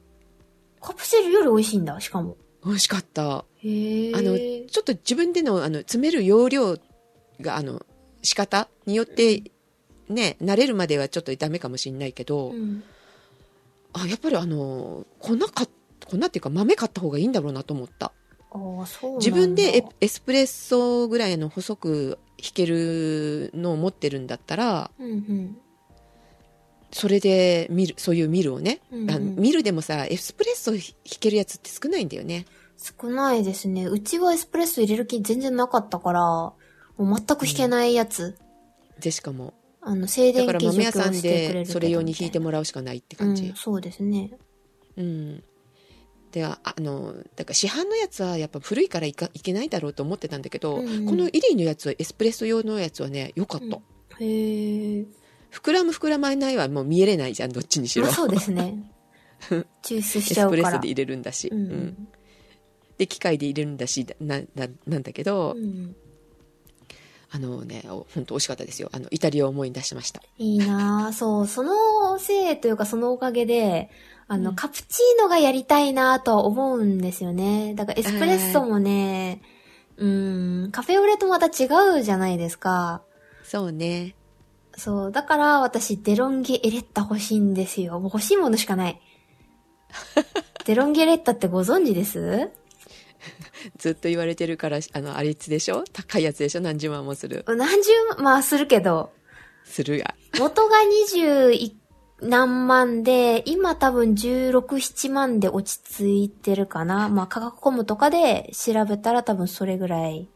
Speaker 2: カプセルより美味しいんだ、しかも。
Speaker 1: 美味しかった
Speaker 2: へえ。
Speaker 1: あのちょっと自分でのあの詰める容量があの仕方によってね慣れるまではちょっとダメかもしれないけど、
Speaker 2: うん。
Speaker 1: あやっぱりあの粉か粉っていうか豆買った方がいいんだろうなと思った
Speaker 2: ああ、そうなんだ。
Speaker 1: 自分でエエスプレッソぐらいの細く引けるのを持ってるんだったら
Speaker 2: うんうん。
Speaker 1: それでミルそういうミルをね、
Speaker 2: うんうん
Speaker 1: あのミルでもさエスプレッソ引けるやつって少ないんだよね
Speaker 2: 少ないですね。うちはエスプレッソ入れる気全然なかったから、もう全く引けないやつ。
Speaker 1: でしかも
Speaker 2: あの、静
Speaker 1: だ
Speaker 2: 電
Speaker 1: から
Speaker 2: 気除
Speaker 1: 豆屋
Speaker 2: 去
Speaker 1: さ
Speaker 2: を
Speaker 1: ん
Speaker 2: してくれるけどみたいな。
Speaker 1: でそれ用に引いてもらうしかないって
Speaker 2: う
Speaker 1: 感じ、
Speaker 2: ん、そうですね。
Speaker 1: うん、でああのだから市販のやつはやっぱ古いからいかいけないだろうと思ってたんだけど、
Speaker 2: うんうん
Speaker 1: このイリーのやつはエスプレッソ用のやつはねよかった、
Speaker 2: うんへえ。
Speaker 1: 膨らむ膨らまないはもう見えれないじゃんどっちにしろ、
Speaker 2: まあそうで すね。抽出
Speaker 1: エ
Speaker 2: しち
Speaker 1: ス
Speaker 2: ゃうか
Speaker 1: プレ
Speaker 2: ら。
Speaker 1: ッソで入れるんだし、
Speaker 2: う
Speaker 1: うんんで機械で入れるんだしなななんだけど、
Speaker 2: うん。うん。
Speaker 1: あのね本当美味しかったですよあのイタリアを思い出しました
Speaker 2: いいなぁ。そう、そのせいというかそのおかげで、あの、
Speaker 1: うん
Speaker 2: カプチーノがやりたいなぁとは思うんですよね。だからエスプレッソもね、うん、カフェオレとまた違うじゃないですか。
Speaker 1: そうね
Speaker 2: そう、だから私デロンゲエレッタ欲しいんですよ。もう欲しいものしかない。デロンゲエレッタってご存知です
Speaker 1: ずっと言われてるからあのあれつでしょ高いやつでしょ何十万もする
Speaker 2: 何十万、まあするけど、
Speaker 1: するや
Speaker 2: 元が20何万で、今多分16、7万で落ち着いてるかな。まあ、価格コムとかで調べたら多分それぐらい。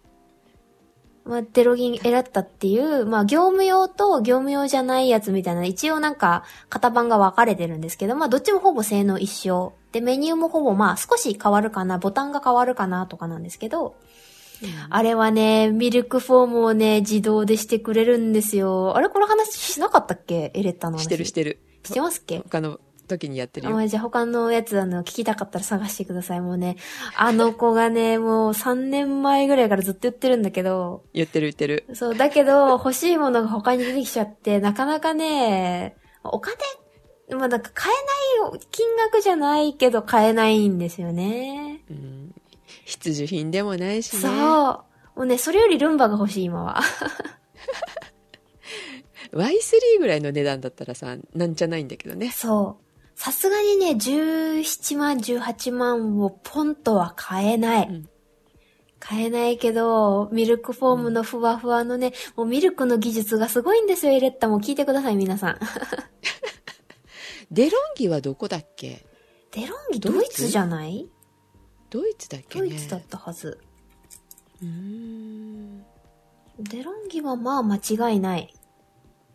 Speaker 2: まあ、デロギン選ったっていう、まあ、業務用と業務用じゃないやつみたいな、一応なんか、型番が分かれてるんですけど、まあ、どっちもほぼ性能一緒。で、メニューもほぼまあ、少し変わるかな、ボタンが変わるかなとかなんですけど、あれはね、ミルクフォームをね、自動でしてくれるんですよ。あれこの話しなかったっけエレッタの話。
Speaker 1: してるしてる
Speaker 2: してますっけ
Speaker 1: 他の時にやってる
Speaker 2: あ、
Speaker 1: よ
Speaker 2: まあ、じゃあ他のやつ、あの、聞きたかったら探してください。もうね、あの子がね、 もう3年前ぐらいからずっと言ってるんだけど、
Speaker 1: 言ってる言ってる
Speaker 2: そう、だけど、欲しいものが他に出てきちゃって、なかなかね、お金、まあ、なんか買えない金額じゃないけど買えないんですよね。
Speaker 1: うん必需品でもないしね
Speaker 2: そう。もうね、それよりルンバが欲しい、今は。
Speaker 1: Y3 ぐらいの値段だったらさなんじゃないんだけどね
Speaker 2: そう。さすがにね、17万、18万をポンとは買えない。
Speaker 1: うん
Speaker 2: 買えないけど、ミルクフォームのふわふわのね、もうミルクの技術がすごいんですよ、エレッタも聞いてください、皆さん。
Speaker 1: デロンギはどこだっけ
Speaker 2: デロンギ
Speaker 1: ドイ
Speaker 2: ド
Speaker 1: ツ
Speaker 2: イツじゃない
Speaker 1: ドイツだっけ
Speaker 2: ド
Speaker 1: ね
Speaker 2: イツだったはず。
Speaker 1: うーん
Speaker 2: デロンギはまあ間違いない。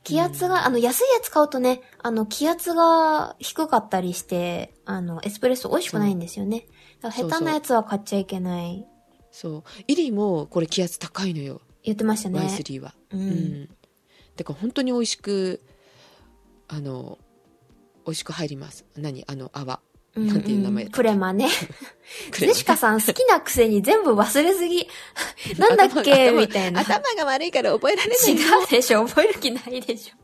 Speaker 2: 気圧が、あの、安いやつ買うとね、あの、気圧が低かったりして、あの、エスプレッソ美味しくないんですよね。だから下手なやつは買っちゃいけない。
Speaker 1: そうイリもこれ気圧高いのよ、
Speaker 2: 言ってましたね。
Speaker 1: Y3 は
Speaker 2: う。
Speaker 1: うんだから本当に美味しくあの美味しく入ります何あの泡なんていう名前だっけ
Speaker 2: クレマね。ジェシカさん好きなくせに全部忘れすぎ。なんだっ け
Speaker 1: 頭が
Speaker 2: みたいな。
Speaker 1: 頭が悪いから覚えられない
Speaker 2: 違うでしょ覚える気ないでしょ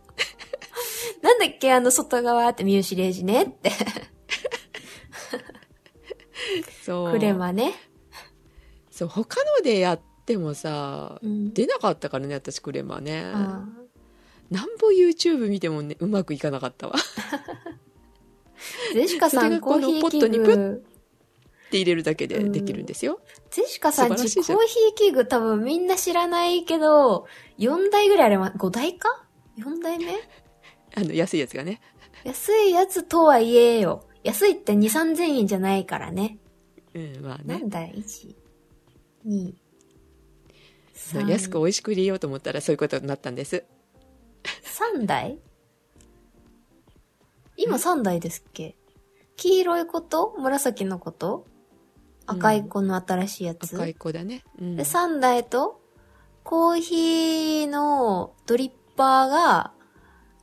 Speaker 2: なんだっけあの外側って三好レイジねって。
Speaker 1: そう
Speaker 2: クレマね。
Speaker 1: そう他のでやってもさ
Speaker 2: うん。
Speaker 1: 出なかったからね私クレマね
Speaker 2: あ
Speaker 1: なんぼ YouTube 見てもねうまくいかなかったわ
Speaker 2: ージェシカさ
Speaker 1: それが
Speaker 2: んコ
Speaker 1: こ
Speaker 2: ー
Speaker 1: の
Speaker 2: ヒーキ
Speaker 1: ポット
Speaker 2: ン
Speaker 1: にプ
Speaker 2: グ。
Speaker 1: って入れるだけでできるんですよ。
Speaker 2: ジェシカさん
Speaker 1: 素晴ら
Speaker 2: ち
Speaker 1: しい
Speaker 2: コ
Speaker 1: じ
Speaker 2: ーヒ
Speaker 1: ゃ
Speaker 2: ー
Speaker 1: ん
Speaker 2: 器具多分みんな知らないけど、4台ぐらいあります。5台か ?4 台目
Speaker 1: あの、安いやつがね。
Speaker 2: 安いやつとはいえよ。安いって2、3000円じゃないからね。
Speaker 1: うん、まあ
Speaker 2: な
Speaker 1: ね。
Speaker 2: んだ、1、2、
Speaker 1: そう
Speaker 2: 3、
Speaker 1: 安く美味しく入れようと思ったらそういうことになったんです。
Speaker 2: 3台今3台ですっけ黄色いこと紫のこと
Speaker 1: うん
Speaker 2: 赤い子の新しいやつ、
Speaker 1: 赤い子だね。うん
Speaker 2: で、3台と、コーヒーのドリッパーが、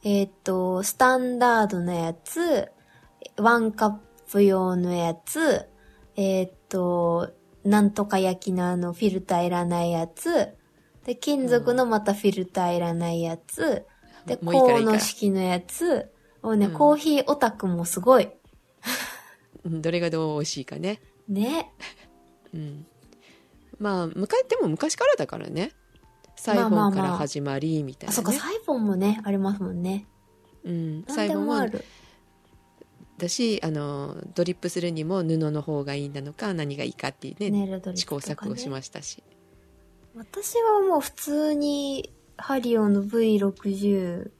Speaker 2: えーっ、と、スタンダードのやつ、ワンカップ用のやつ、えーっ、と、なんとか焼きのあのフィルターいらないやつ、で、金属のまたフィルターいらないやつ、で、
Speaker 1: もういいから
Speaker 2: 高
Speaker 1: いいか
Speaker 2: の
Speaker 1: ら。
Speaker 2: 式のやつ、もうね、
Speaker 1: うん
Speaker 2: コーヒーオタクもすごい。
Speaker 1: うんどれがどう美味しいかね。
Speaker 2: ね。
Speaker 1: うん。まあ、昔、でも昔からだからね。サイボ
Speaker 2: まあ
Speaker 1: ン
Speaker 2: ま
Speaker 1: か
Speaker 2: あま
Speaker 1: ら
Speaker 2: あ
Speaker 1: 始まり、みたいな、
Speaker 2: あ、
Speaker 1: ね
Speaker 2: そっか、サイボンもね、ありますもんね。
Speaker 1: うん。サ
Speaker 2: なん
Speaker 1: イ
Speaker 2: で
Speaker 1: ボン
Speaker 2: もあ
Speaker 1: は、
Speaker 2: る。
Speaker 1: だし、あの、ドリップするにも布の方がいいなのか、何がいいかっていうね、
Speaker 2: ネイルドリ
Speaker 1: 試
Speaker 2: ッ
Speaker 1: 行
Speaker 2: プとか
Speaker 1: 錯誤
Speaker 2: ね
Speaker 1: しましたし。
Speaker 2: 私はもう普通にハリオの V60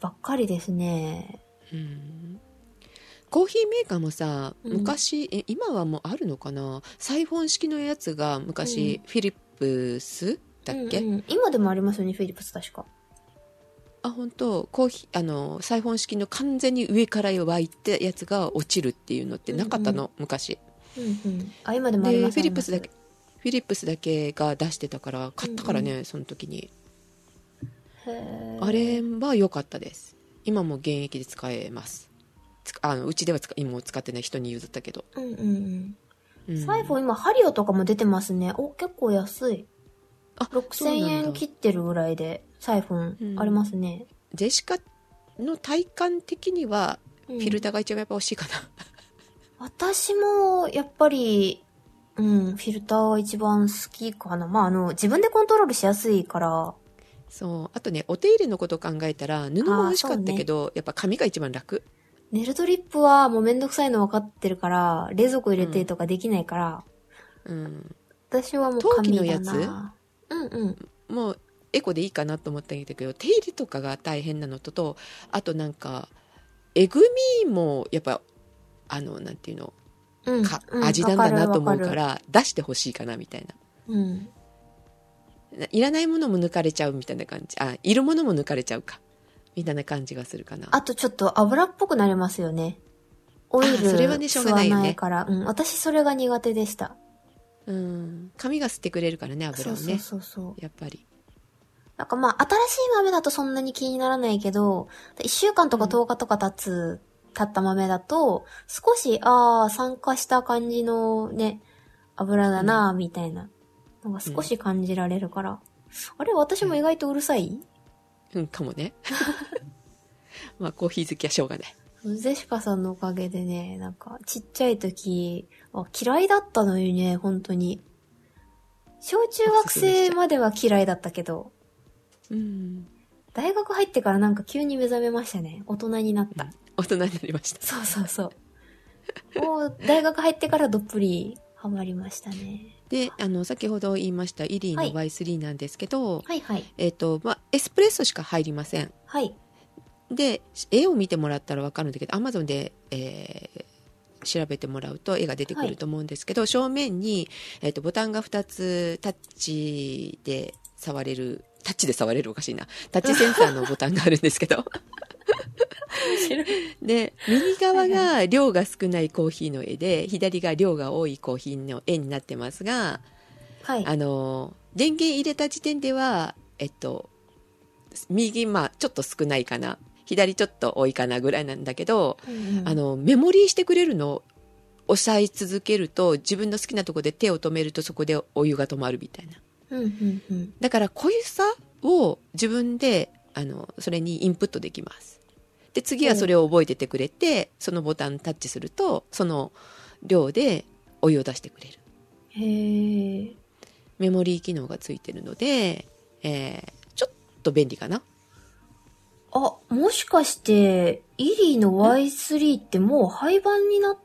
Speaker 2: ばっかりですね。
Speaker 1: うんコーヒーメーカーもさ
Speaker 2: うん
Speaker 1: 昔、え今はもうあるのかなサイフォン式のやつが昔、フィリップスだっけ、
Speaker 2: うんうん今でもありますよね、フィリップス確か。
Speaker 1: あ本当コーヒーあのサイフォン式の完全に上から湧いてやつが落ちるっていうのってなかったの、昔
Speaker 2: うんうん。あ、今でもあ
Speaker 1: で
Speaker 2: り
Speaker 1: フ
Speaker 2: ます
Speaker 1: ィリップスだけ
Speaker 2: あり
Speaker 1: フィリップスだけが出してたから買ったからね、その時に
Speaker 2: ますへー
Speaker 1: あれは良かったです今も現役で使えますつかあのうちでは使今も使ってない人に譲ったけど、
Speaker 2: うんうん
Speaker 1: う
Speaker 2: うん。
Speaker 1: ん
Speaker 2: サイフォン今ハリオとかも出てますね。お、結構安い。
Speaker 1: あ
Speaker 2: 6000
Speaker 1: そうなんだ
Speaker 2: 円切ってるぐらいで、サイフォ
Speaker 1: う
Speaker 2: ン
Speaker 1: ん
Speaker 2: ありますね。
Speaker 1: ジェシカの体感的には
Speaker 2: フ
Speaker 1: フィルターが一番やっぱ欲しいかな、
Speaker 2: 私も、やっぱり、うん、フィルターは一番好きかな。まあ、あの、自分でコントロールしやすいから、
Speaker 1: そうあとねお手入れのことを考えたら布も美味しかったけど、やっぱ紙が一番楽
Speaker 2: ネルドリップはもうめんどくさいの分かってるから、冷蔵庫入れてとかできないから、
Speaker 1: うん
Speaker 2: 私はもう
Speaker 1: 陶器の
Speaker 2: 紙だ
Speaker 1: やつ
Speaker 2: な。うんうん。
Speaker 1: もうエコでいいかなと思ったんだけど手入れとかが大変なのととあとなんかえぐみもやっぱあのなんていうの
Speaker 2: うん。
Speaker 1: か、
Speaker 2: うん
Speaker 1: 味なんだなと思う
Speaker 2: わ
Speaker 1: か
Speaker 2: るわ
Speaker 1: ら出してほしいかなみたいな
Speaker 2: るうん。
Speaker 1: ないらないものも抜かれちゃうみたいな感じあいるものも抜かれちゃうかみたいな感じがするかな
Speaker 2: あとちょっと油っぽくなりますよね。オイル
Speaker 1: あそれはねしょう
Speaker 2: 吸
Speaker 1: が
Speaker 2: わ
Speaker 1: ないよね
Speaker 2: ないから、うん。私それが苦手でした。
Speaker 1: うん、紙が吸ってくれるからね
Speaker 2: そ
Speaker 1: 油を
Speaker 2: う
Speaker 1: ね
Speaker 2: そうそうそう。
Speaker 1: やっぱり
Speaker 2: なんかまあ、新しい豆だとそんなに気にならないけど、1週間とか
Speaker 1: うん
Speaker 2: 10日とか経つ、経った豆だと、少し、ああ、酸化した感じのね、油だなあ、みたいな。なんか少し感じられるから。あれ、私も意外とうるさい、
Speaker 1: うんかも ねまあコーヒー好きはしょうがない
Speaker 2: ゼシカさんのおかげでね、なんか、ちっちゃい時、あ嫌いだったのよね、本当に。小中学生までは嫌いだったけど、
Speaker 1: うん
Speaker 2: 大学入ってからなんか急に目覚めましたね。大人になった。
Speaker 1: 大人になりました
Speaker 2: そうそうそう。もう大学入ってからどっぷりハマりましたね。
Speaker 1: であの先ほど言いましたイリーの Y3 なんですけど、
Speaker 2: はいはい。
Speaker 1: えっ、とまあエスプレッソしか入りません
Speaker 2: はい。
Speaker 1: で絵を見てもらったらわかるんだけど Amazon で、えー調べてもらうと絵が出てくると思うんですけど、正面に、えっとボタンが2つタッチで触れるタッチで触れるおかしいなタッチセンサーのボタンがあるんですけどで右側が量が少ないコーヒーの絵で左が量が多いコーヒーの絵になってますが
Speaker 2: はい。
Speaker 1: あの電源入れた時点ではえっと右まあちょっと少ないかな左ちょっと多いかなぐらいなんだけど
Speaker 2: うんうん
Speaker 1: あのメモリーしてくれるのを押さえ続けると自分の好きなとこで手を止めるとそこでお湯が止まるみたいな
Speaker 2: うんうんうん。
Speaker 1: だから濃ゆさを自分であのそれにインプットできますで次はそれを覚えててくれてそのボタンタッチするとその量でお湯を出してくれる
Speaker 2: へえ。
Speaker 1: メモリー機能がついてるので、えーちょっと便利かな
Speaker 2: あ、もしかして、イリーの Y3 ってもう廃盤になっっ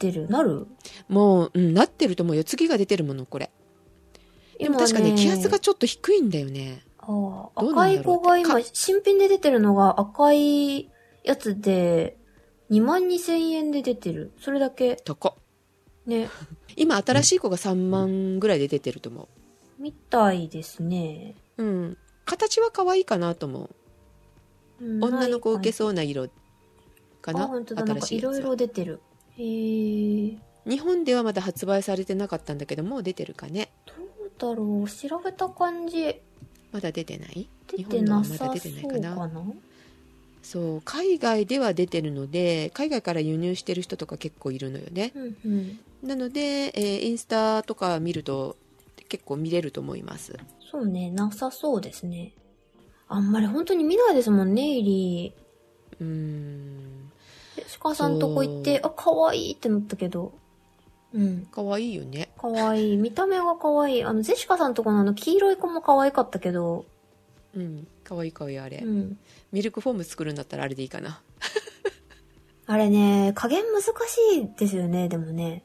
Speaker 2: てるなる
Speaker 1: もう、うん、なってると思うよ。次が出てるもの、これ。でも確かね、
Speaker 2: 今
Speaker 1: 気圧がちょっと低いんだよね。
Speaker 2: ああ、
Speaker 1: どうな
Speaker 2: 赤
Speaker 1: ん
Speaker 2: い
Speaker 1: だろう
Speaker 2: 子
Speaker 1: って
Speaker 2: が今、新品で出てるのが赤いやつで、2万2千円で出てる。それだけ、
Speaker 1: 高っ
Speaker 2: ね、
Speaker 1: 今、新しい子が3万ぐらいで出てると思
Speaker 2: みたいですね。
Speaker 1: う。うん。形は可愛いかなと思う。
Speaker 2: うん
Speaker 1: 女の子受け
Speaker 2: う
Speaker 1: そうな色か
Speaker 2: な
Speaker 1: な。
Speaker 2: い感じ。あ、本当だ、なん
Speaker 1: 新
Speaker 2: か
Speaker 1: し
Speaker 2: い
Speaker 1: いや
Speaker 2: ろい
Speaker 1: つは
Speaker 2: ろ出てる。へえ、
Speaker 1: 日本ではまだ発売されてなかったんだけど、もう出てるかね。
Speaker 2: どうだろう、調べた感じ、
Speaker 1: まだ出てない
Speaker 2: 出
Speaker 1: 日
Speaker 2: て
Speaker 1: 本の
Speaker 2: な
Speaker 1: はま
Speaker 2: さそ
Speaker 1: だ
Speaker 2: う
Speaker 1: 出てないかな
Speaker 2: かな
Speaker 1: そう海外では出てるので海外から輸入してる人とか結構いるのよね
Speaker 2: うんうん。
Speaker 1: なので、えーインスタとか見ると結構見れると思います
Speaker 2: そうね、なさそうですね。あんまり本当に見ないですもんね、イリ
Speaker 1: うーん
Speaker 2: ー。鹿さんとこ行って、
Speaker 1: そ
Speaker 2: あ、可愛いってなったけど。うん。
Speaker 1: 可愛いよね
Speaker 2: 可愛い見た目が可愛いあの、ゼシカさんとこのあの、黄色い子も可愛かったけど。
Speaker 1: うん可愛い可愛いあれ、
Speaker 2: うん。
Speaker 1: ミルクフォーム作るんだったらあれでいいかな
Speaker 2: あれね、加減難しいですよね、でもね。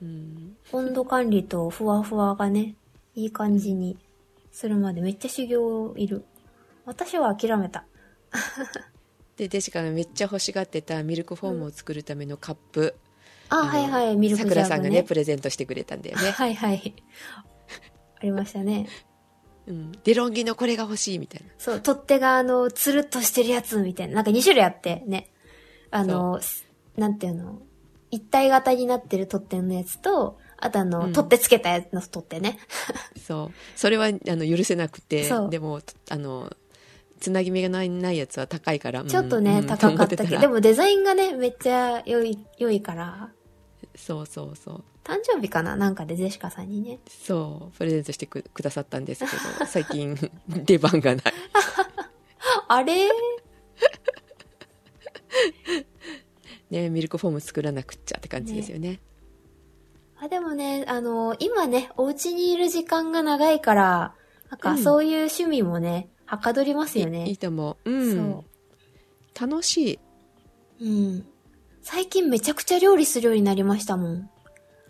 Speaker 1: うん
Speaker 2: 温度管理とふわふわがね、いい感じにするまでめっちゃ修行いる。私は諦めた。
Speaker 1: でデシカがめっちゃ欲しがってたミルクフォームを作るためのカップ、
Speaker 2: あ、
Speaker 1: あの
Speaker 2: はいはい、ミルク
Speaker 1: さ
Speaker 2: ジャ
Speaker 1: く
Speaker 2: ー
Speaker 1: ら
Speaker 2: グ、ね。
Speaker 1: さんがねプレゼントしてくれたんだよ ね、
Speaker 2: はいはい。ありましたね。
Speaker 1: うん、デロンギのこれが欲しいみたいな
Speaker 2: そう、取っ手があの、つるっとしてるやつみたいな。なんか2種類あって、ね。あの、なんていうの一体型になってる取っ手のやつと、あとあの、
Speaker 1: うん
Speaker 2: 取っ手つけたやつの取っ手ね。
Speaker 1: そうそれはあの許せなくて
Speaker 2: そう
Speaker 1: でもあのつなぎ目がないないやつは高いから
Speaker 2: ちょっとね、
Speaker 1: うん
Speaker 2: 高かっ
Speaker 1: と
Speaker 2: たけ
Speaker 1: 思て
Speaker 2: ど、
Speaker 1: ら
Speaker 2: でもデザインがね、めっちゃ良い、良いから、
Speaker 1: そうそうそう
Speaker 2: 誕生日かななんかでゼシカさんにね。
Speaker 1: そうプレゼントしてくくださったんですけど 最近出番がない
Speaker 2: あれ
Speaker 1: ねミルクフォーム作らなくっちゃって感じですよね
Speaker 2: あ、でもね、あの、今ね、お家にいる時間が長いから、なんか
Speaker 1: うん
Speaker 2: そういう趣味もね、はかどりますよね。
Speaker 1: いいと思ううん
Speaker 2: そ。
Speaker 1: 楽しいう
Speaker 2: うん。最近めちゃくちゃ料理するようになりましたもん。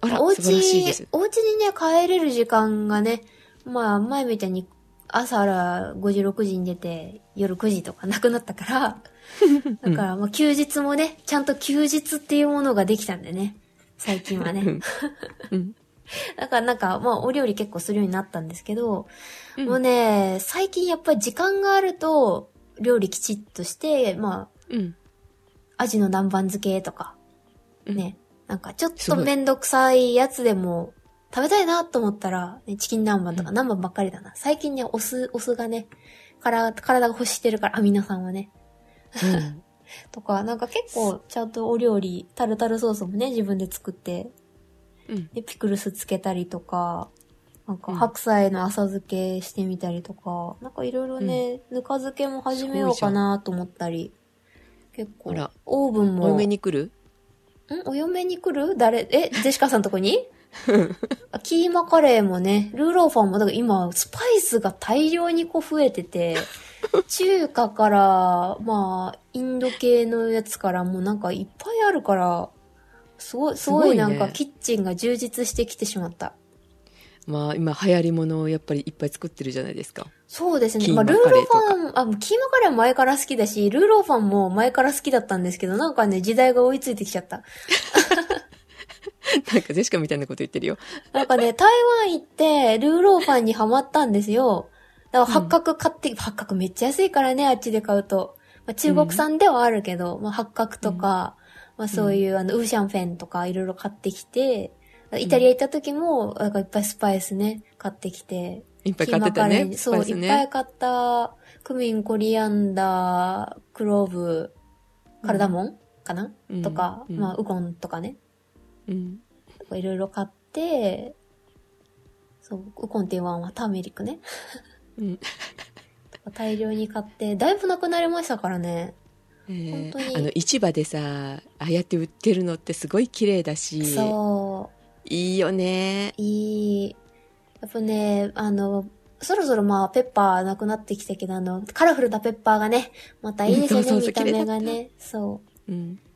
Speaker 1: あら
Speaker 2: お
Speaker 1: 素晴らしいで
Speaker 2: 家
Speaker 1: す、
Speaker 2: お家にね、帰れる時間がね、まあ、前みたいに朝5時、6時に出て、夜9時とか なくなったから、だから、まあ、休日もね、ちゃんと休日っていうものができたんでね、最近は ね。
Speaker 1: うん
Speaker 2: だからなんか、まあ、お料理結構するようになったんですけど、
Speaker 1: うん
Speaker 2: もうね、最近やっぱり時間があると、料理きちっとして、ま
Speaker 1: うん
Speaker 2: あ、アジの南蛮漬けとか、
Speaker 1: うん
Speaker 2: ね、なんかちょっ
Speaker 1: す
Speaker 2: と
Speaker 1: ごい
Speaker 2: めんどくさいやつでも、食べたいなと思ったら、ね、チキン南蛮とか南蛮ばっかりだな。最近ね、お酢、お酢がね、から、体が欲してるから、アミノ酸はね。
Speaker 1: うん
Speaker 2: とか、なんか結構、ちゃんとお料理、タルタルソースもね、自分で作って、
Speaker 1: うん
Speaker 2: で、ピクルスつけたりとか、なんか
Speaker 1: うん
Speaker 2: 白菜の浅漬けしてみたりとか、なんかいろいろね、ぬか漬けも始めようかなと思ったり、結構
Speaker 1: あら、
Speaker 2: オーブンも、
Speaker 1: お嫁に来る
Speaker 2: んお嫁に来る誰え、ジェシカさんと こにあキーマカレーもね、ルーローファンも、だから今、スパイスが大量にこう増え てて、中華から、まあ、インド系のやつから、もうなんかいっぱいあるから、すごい、すご
Speaker 1: すご
Speaker 2: い
Speaker 1: いね
Speaker 2: なんかキッチンが充実してきてしまった。
Speaker 1: まあ今流行りものをやっぱりいっぱい作ってるじゃないです か
Speaker 2: そうですね。
Speaker 1: キー
Speaker 2: まあ、
Speaker 1: マ
Speaker 2: ル
Speaker 1: カ
Speaker 2: ー
Speaker 1: レー
Speaker 2: ロー
Speaker 1: とか
Speaker 2: ファン、あ、もうキーマカレーも前から好きだし、ルーローファンも前から好きだったんですけど、なんかね、時代が追いついてきちゃった。
Speaker 1: なんかジェシカみたいなこと言ってるよ
Speaker 2: なん かね、台湾行って、ルーローファンにハマったんですよ。だから、八角買って、八角めっちゃ安いからね、あっちで買うと。まあ、中国産ではあるけど、まあ、八角とか、まあ、そういう、あの、ウーシャンフェンとか、いろいろ買ってきて、イタリア行った時も、なんかいっぱいスパイスね、買ってきて。
Speaker 1: いっぱい
Speaker 2: キ
Speaker 1: 買って
Speaker 2: ーマカ
Speaker 1: た
Speaker 2: レー
Speaker 1: ねス
Speaker 2: そ
Speaker 1: パ
Speaker 2: う、
Speaker 1: イス
Speaker 2: い
Speaker 1: ね
Speaker 2: っぱい買った、クミン、コリアンダー、クローブ、カルダモン、かな、
Speaker 1: うん
Speaker 2: とか、
Speaker 1: うん
Speaker 2: まあ、ウコンとかね。
Speaker 1: うん
Speaker 2: いろいろ買って、そう、ウコンっていうワンはターメリックね。
Speaker 1: うん
Speaker 2: 大量に買って、だいぶなくなりましたからね。
Speaker 1: えー
Speaker 2: 本当に
Speaker 1: あの市場でさああやって売ってるのってすごい綺麗だし
Speaker 2: そ
Speaker 1: いいよね
Speaker 2: う、いい。やっぱね、あの、そろそろまあ、ペッパーなくなってきたけど、あの、カラフルなペッパーがね、またいいですよ
Speaker 1: うんそ
Speaker 2: ね、
Speaker 1: うそう
Speaker 2: 見た目が
Speaker 1: 綺麗
Speaker 2: ね。そ
Speaker 1: うん
Speaker 2: う。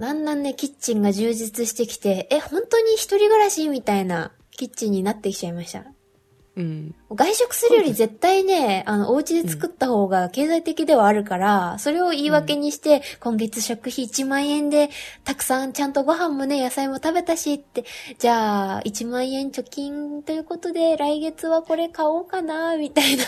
Speaker 2: だんだんね、キッチンが充実してきて、え、本当に一人暮らしみたいなキッチンになってきちゃいました。
Speaker 1: うん。
Speaker 2: 外食するより絶対ね、あの、お家で作った方が経済的ではあるから、それを言い訳にして、今月食費1万円で、たくさんちゃんとご飯もね、野菜も食べたしって、じゃあ、1万円貯金ということで、来月はこれ買おうかな、みたい な。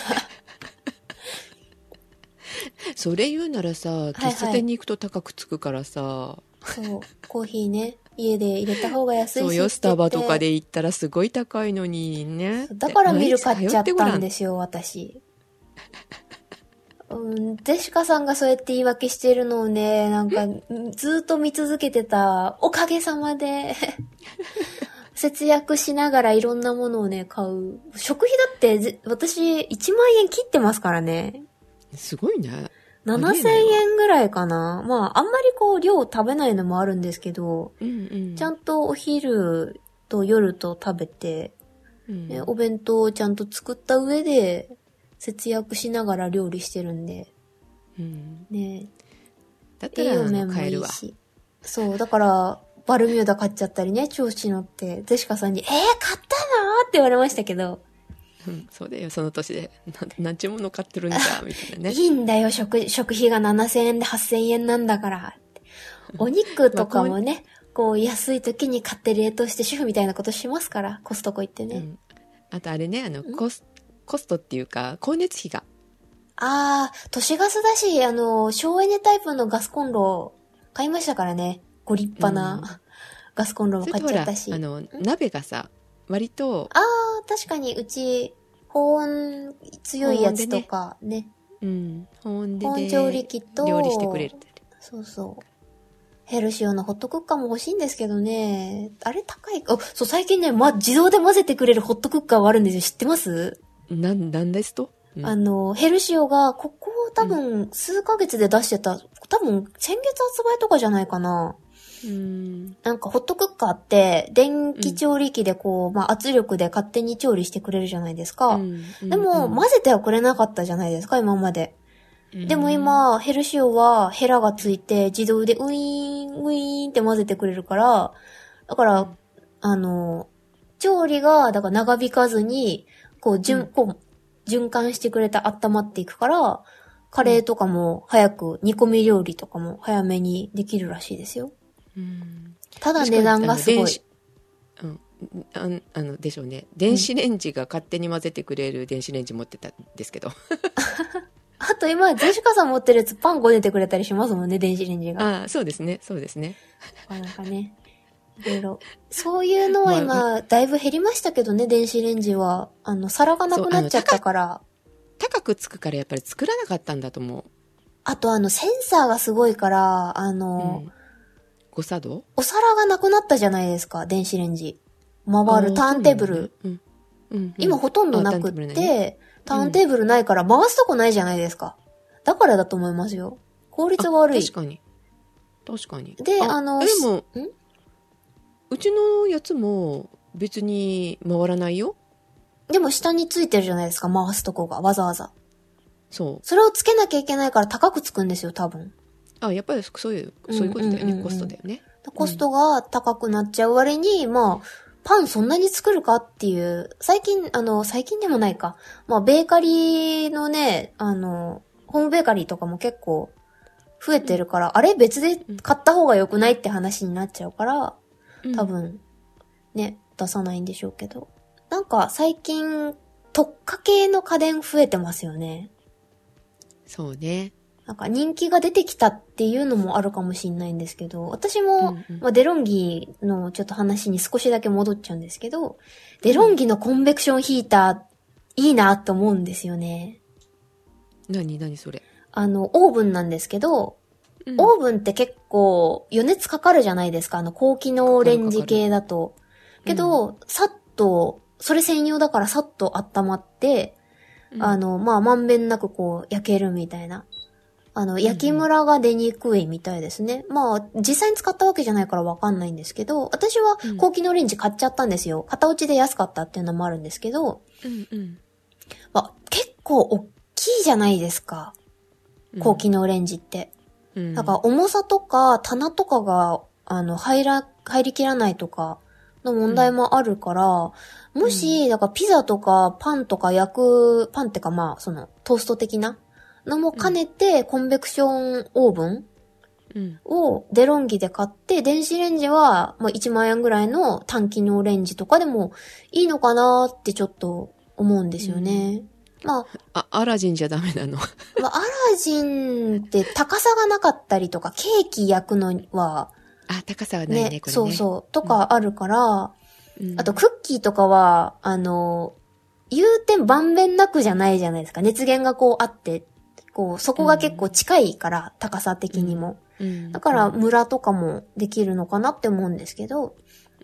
Speaker 1: それ言うならさ、
Speaker 2: はい
Speaker 1: 喫茶店に行くと高くつくからさ、
Speaker 2: そう、コーヒーね、家で入れた方が安いしって
Speaker 1: そ
Speaker 2: 言っ
Speaker 1: う
Speaker 2: て。
Speaker 1: よ、スタバとかで行ったらすごい高いのにね。。
Speaker 2: だからミル買っちゃったんですすよ、私。うん、デシカさんがそうやって言い訳してるのをね、なんか、ずーっと見続けてた、おかげさまで、節約しながらいろんなものをね、買う。食費だってぜ、私、1万円切ってますからね。
Speaker 1: すごいね。ありえ
Speaker 2: 7000
Speaker 1: ないわ
Speaker 2: 円ぐらいかな。まあ、あんまりこう、量食べないのもあるんですけど、
Speaker 1: うんうん。
Speaker 2: ちゃんとお昼と夜と食べて、
Speaker 1: うん
Speaker 2: ね、お弁当をちゃんと作った上で、節約しながら料理してるんで、
Speaker 1: うん
Speaker 2: ね、
Speaker 1: だった
Speaker 2: 栄養
Speaker 1: ら、
Speaker 2: 面も
Speaker 1: 買え
Speaker 2: い
Speaker 1: る
Speaker 2: い
Speaker 1: わ。
Speaker 2: し。そう、だから、バルミューダ買っちゃったりね、調子乗って、ゼシカさんに、えー、買ったのって言われましたけど、
Speaker 1: うん、そうだよ、その年で。な、なんちゅうもの買ってるんだ、みたいなね。
Speaker 2: いいんだよ、食、食費が7000円で8000円なんだから。お肉とか もね、こう、安い時に買って冷凍して主婦みたいなことしますから、コストコ行ってね。
Speaker 1: うん、あとあれねあのコスコストっていうか光熱費が
Speaker 2: ああ、都市ガスだし、あの、省エネタイプのガスコンロを買いましたからね。ご立派な、
Speaker 1: うん
Speaker 2: ガスコンロも
Speaker 1: それ
Speaker 2: 買
Speaker 1: と
Speaker 2: っ
Speaker 1: ほ
Speaker 2: ちゃ
Speaker 1: ら
Speaker 2: っ
Speaker 1: あ
Speaker 2: たし。あ
Speaker 1: の鍋がさ割と
Speaker 2: あー、確かにうち、保温強いやつとかね。
Speaker 1: うん保温で
Speaker 2: 保温調理器と
Speaker 1: 料理してくれる
Speaker 2: そうそう。ヘルシオなホットクッカーも欲しいんですけどね。あれ高いあ、そう、最近ね、ま、自動で混ぜてくれるホットクッカーはあるんですよ。知ってます、
Speaker 1: なんなんですと、うん
Speaker 2: あの、ヘルシオが、ここを多分、数ヶ月で出してた、多分、先月発売とかじゃないかな。
Speaker 1: うん
Speaker 2: なんかホットクッカーって電気調理器でこう、まあ圧力で勝手に調理してくれるじゃないですか。
Speaker 1: うん
Speaker 2: でも、
Speaker 1: うん
Speaker 2: 混ぜてはくれなかったじゃないですか、今まで。
Speaker 1: うん
Speaker 2: でも今、ヘルシオはヘラがついて自動でウィーン、ウィーンって混ぜてくれるから、だか
Speaker 1: う
Speaker 2: ら
Speaker 1: ん、
Speaker 2: あの、調理が、だから長引かずに、こう、
Speaker 1: う
Speaker 2: 循、
Speaker 1: ん
Speaker 2: こう、循環してくれて温まっていくから、カレーとかも早く、煮込み料理とかも早めにできるらしいですよ。
Speaker 1: うん
Speaker 2: ただ値段がすご
Speaker 1: 確
Speaker 2: い。
Speaker 1: かにあの電子うんああのでしょうね電子レンジが勝手に混ぜてくれる電子レンジ持ってたんですけど、
Speaker 2: あと今、ジェシカさん持ってるやつパンこねてくれたりしますもんね、電子レンジが。
Speaker 1: ああそうですねそうですね
Speaker 2: なんか ね。いろいろ。そういうのは今、だいぶ減りましたけどね、電子レンジは。あの、皿がなくなっちゃったから。
Speaker 1: 高くつくからやっぱり作らなかったんだと思
Speaker 2: あとあの、センサーがすごいから、あ
Speaker 1: う、う
Speaker 2: の、
Speaker 1: ん、誤作動
Speaker 2: お皿がなくなったじゃないですか、電子レンジ。回るターンテーブル。
Speaker 1: うん。うんうん
Speaker 2: 今ほとんどなく
Speaker 1: あターンテー
Speaker 2: っ
Speaker 1: ブル
Speaker 2: て、ターンテーブルないから回すとこないじゃないですか。だからだと思いますよ。効率悪
Speaker 1: あ
Speaker 2: い。
Speaker 1: 確かに。確かに。
Speaker 2: であの
Speaker 1: でも
Speaker 2: ん、
Speaker 1: うちのやつも別に回らないよ。
Speaker 2: でも下についてるじゃないですか、回すとこが、わざわざ。
Speaker 1: そ
Speaker 2: それをつけなきゃいけないから高くつくんですよ、多分。
Speaker 1: う。あ、やっぱりそういう、そういうことだよ
Speaker 2: うんうん
Speaker 1: ね。
Speaker 2: うんうん
Speaker 1: コストだよね。
Speaker 2: コストが高くなっちゃう割に、まあ、パンそんなに作るかっていう、最近、あの、最近でもないか。まあ、ベーカリーのね、あの、ホームベーカリーとかも結構増えてるから、あれ別で買った方が良くないって話になっちゃうから、
Speaker 1: うん
Speaker 2: 多。分、ね、出さないんでしょうけど。なんか最近、特化系の家電増えてますよね。
Speaker 1: そうね。
Speaker 2: なんか人気が出てきたっていうのもあるかもしれないんですけど、私
Speaker 1: う
Speaker 2: も、
Speaker 1: んうん
Speaker 2: まあ、デロンギのちょっと話に少しだけ戻っちゃうんですけど、デロンギのコンベクションヒーター、いいなと思うんですよね。
Speaker 1: 何何それ。
Speaker 2: あの、オーブンなんですけど、
Speaker 1: うん
Speaker 2: オーブンって結構余熱かかるじゃないですか、あの、高機能レンジ系だと。けど、さっと、それ専用だからさっと温まって、あ、の、まあ、まんべんなくこう、焼けるみたいな。あの、焼きムラが出にくいみたいですね。まあ、実際に使ったわけじゃないからわかんないんですけど、私は
Speaker 1: うん
Speaker 2: 高機能レンジ買っちゃったんですよ。片落ちで安かったっていうのもあるんですけど、
Speaker 1: うんうん
Speaker 2: まあ、結構大きいじゃないですか。
Speaker 1: うん
Speaker 2: 高機能レンジって。
Speaker 1: うん
Speaker 2: なんか重さとか棚とかが、あの、入ら、入りきらないとかの問題もあるから、もし、だからピザとかパンとか焼く、パンってかまあ、その、トースト的なのも兼ねて、コンベクションオーブン
Speaker 1: うん
Speaker 2: をデロンギで買って、電子レンジは、まあ1万円ぐらいの短期能レンジとかでもいいのかなってちょっと思うんですよね。まあ、
Speaker 1: あアラジンじゃダメなの
Speaker 2: まあ、アラジンって高さがなかったりとか、ケーキ焼くのは
Speaker 1: あ高さはないね
Speaker 2: ね、
Speaker 1: これね
Speaker 2: そうそう、とかあるから、
Speaker 1: うん、
Speaker 2: あとクッキーとかは、あの、言うてんばんべんなくじゃないじゃないですか。熱源がこうあって、こう、そこが結構近いから、高さ的にも。
Speaker 1: うん
Speaker 2: だから、ムラとかもできるのかなって思うんですけど、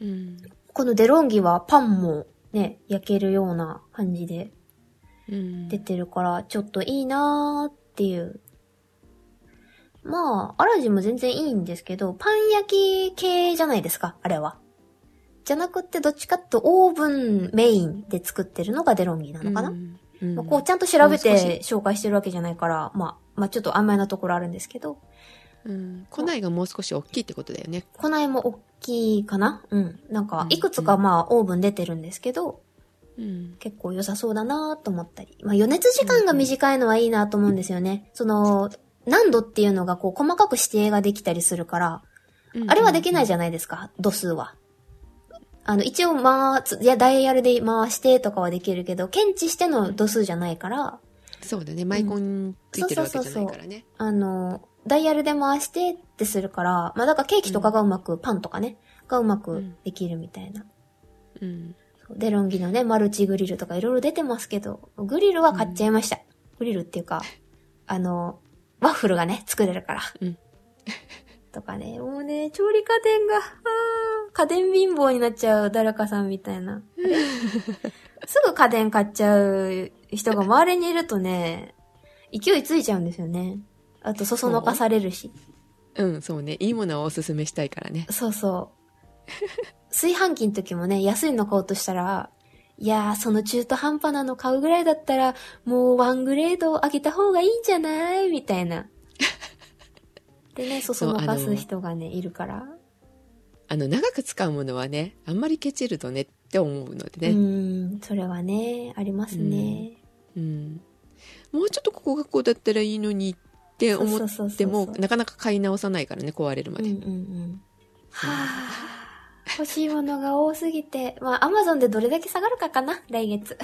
Speaker 1: うん
Speaker 2: このデロンギはパンもね、焼けるような感じで
Speaker 1: うん
Speaker 2: 出てるから、ちょっといいなーっていう。まあ、アラジンも全然いいんですけど、パン焼き系じゃないですか、あれは。じゃなくって、どっちかっていうとオーブンメインで作ってるのがデロンギなのかな、
Speaker 1: うんうん
Speaker 2: まあこうちゃんと調べ
Speaker 1: もう少して
Speaker 2: 紹介してるわけじゃないから、まあ、まあちょっと甘いなところあるんですけど、
Speaker 1: うん、庫内がもう少し大きいってことだよね
Speaker 2: こないも大きいかなうん。なん
Speaker 1: う
Speaker 2: か
Speaker 1: ん、
Speaker 2: いくつかまあオーブン出てるんですけど、
Speaker 1: うん
Speaker 2: 結構良さそうだなと思ったり。まあ、余熱時間が短いのはいいなと思うんですよね。その、何度っていうのがこう細かく指定ができたりするから、あれはできないじゃないですか、度数は。あの、一応回す、いや、ダイヤルで回してとかはできるけど、検知しての度数じゃないから、
Speaker 1: そうだねマイコンついてるわけじゃないからね
Speaker 2: あの、ダイヤルで回してってするから、まあ、だからケーキとかがうまく、パンとかね、がうまくできるみたいな。
Speaker 1: うん
Speaker 2: デロンギのね、マルチグリルとかいろいろ出てますけど、グリルは買っちゃいました。グリルっていうか、あの、ワッフルがね、作れるから。
Speaker 1: うん
Speaker 2: とかね、もうね、調理家電が、あー家電貧乏になっちゃう誰かさんみたい な。あれすぐ家電買っちゃう人が周りにいるとね、勢いついちゃうんですよね。あと、そそのかされるし。
Speaker 1: うんそうねいいものをおすすめしたいからね
Speaker 2: そうそう。炊飯器の時もね、安いの買おうとしたら、いやー、その中途半端なの買うぐらいだったら、もうワングレード上げた方がいいんじゃないみたいな。でね、そそのかす人がね、いるから。
Speaker 1: あの長く使うものはねあんまりケチるとねって思うの
Speaker 2: う
Speaker 1: でね、
Speaker 2: ーん、それはね、ありますね。
Speaker 1: うんもうちょっとここがこうだったらいいのにって思っ
Speaker 2: そうそうそうそう
Speaker 1: てもなかなか買い直さないからね壊れるま
Speaker 2: うん
Speaker 1: で、
Speaker 2: うんうん。はぁ、欲しいものが多すぎて、まあ、アマゾンでどれだけ下がるかかな、来月。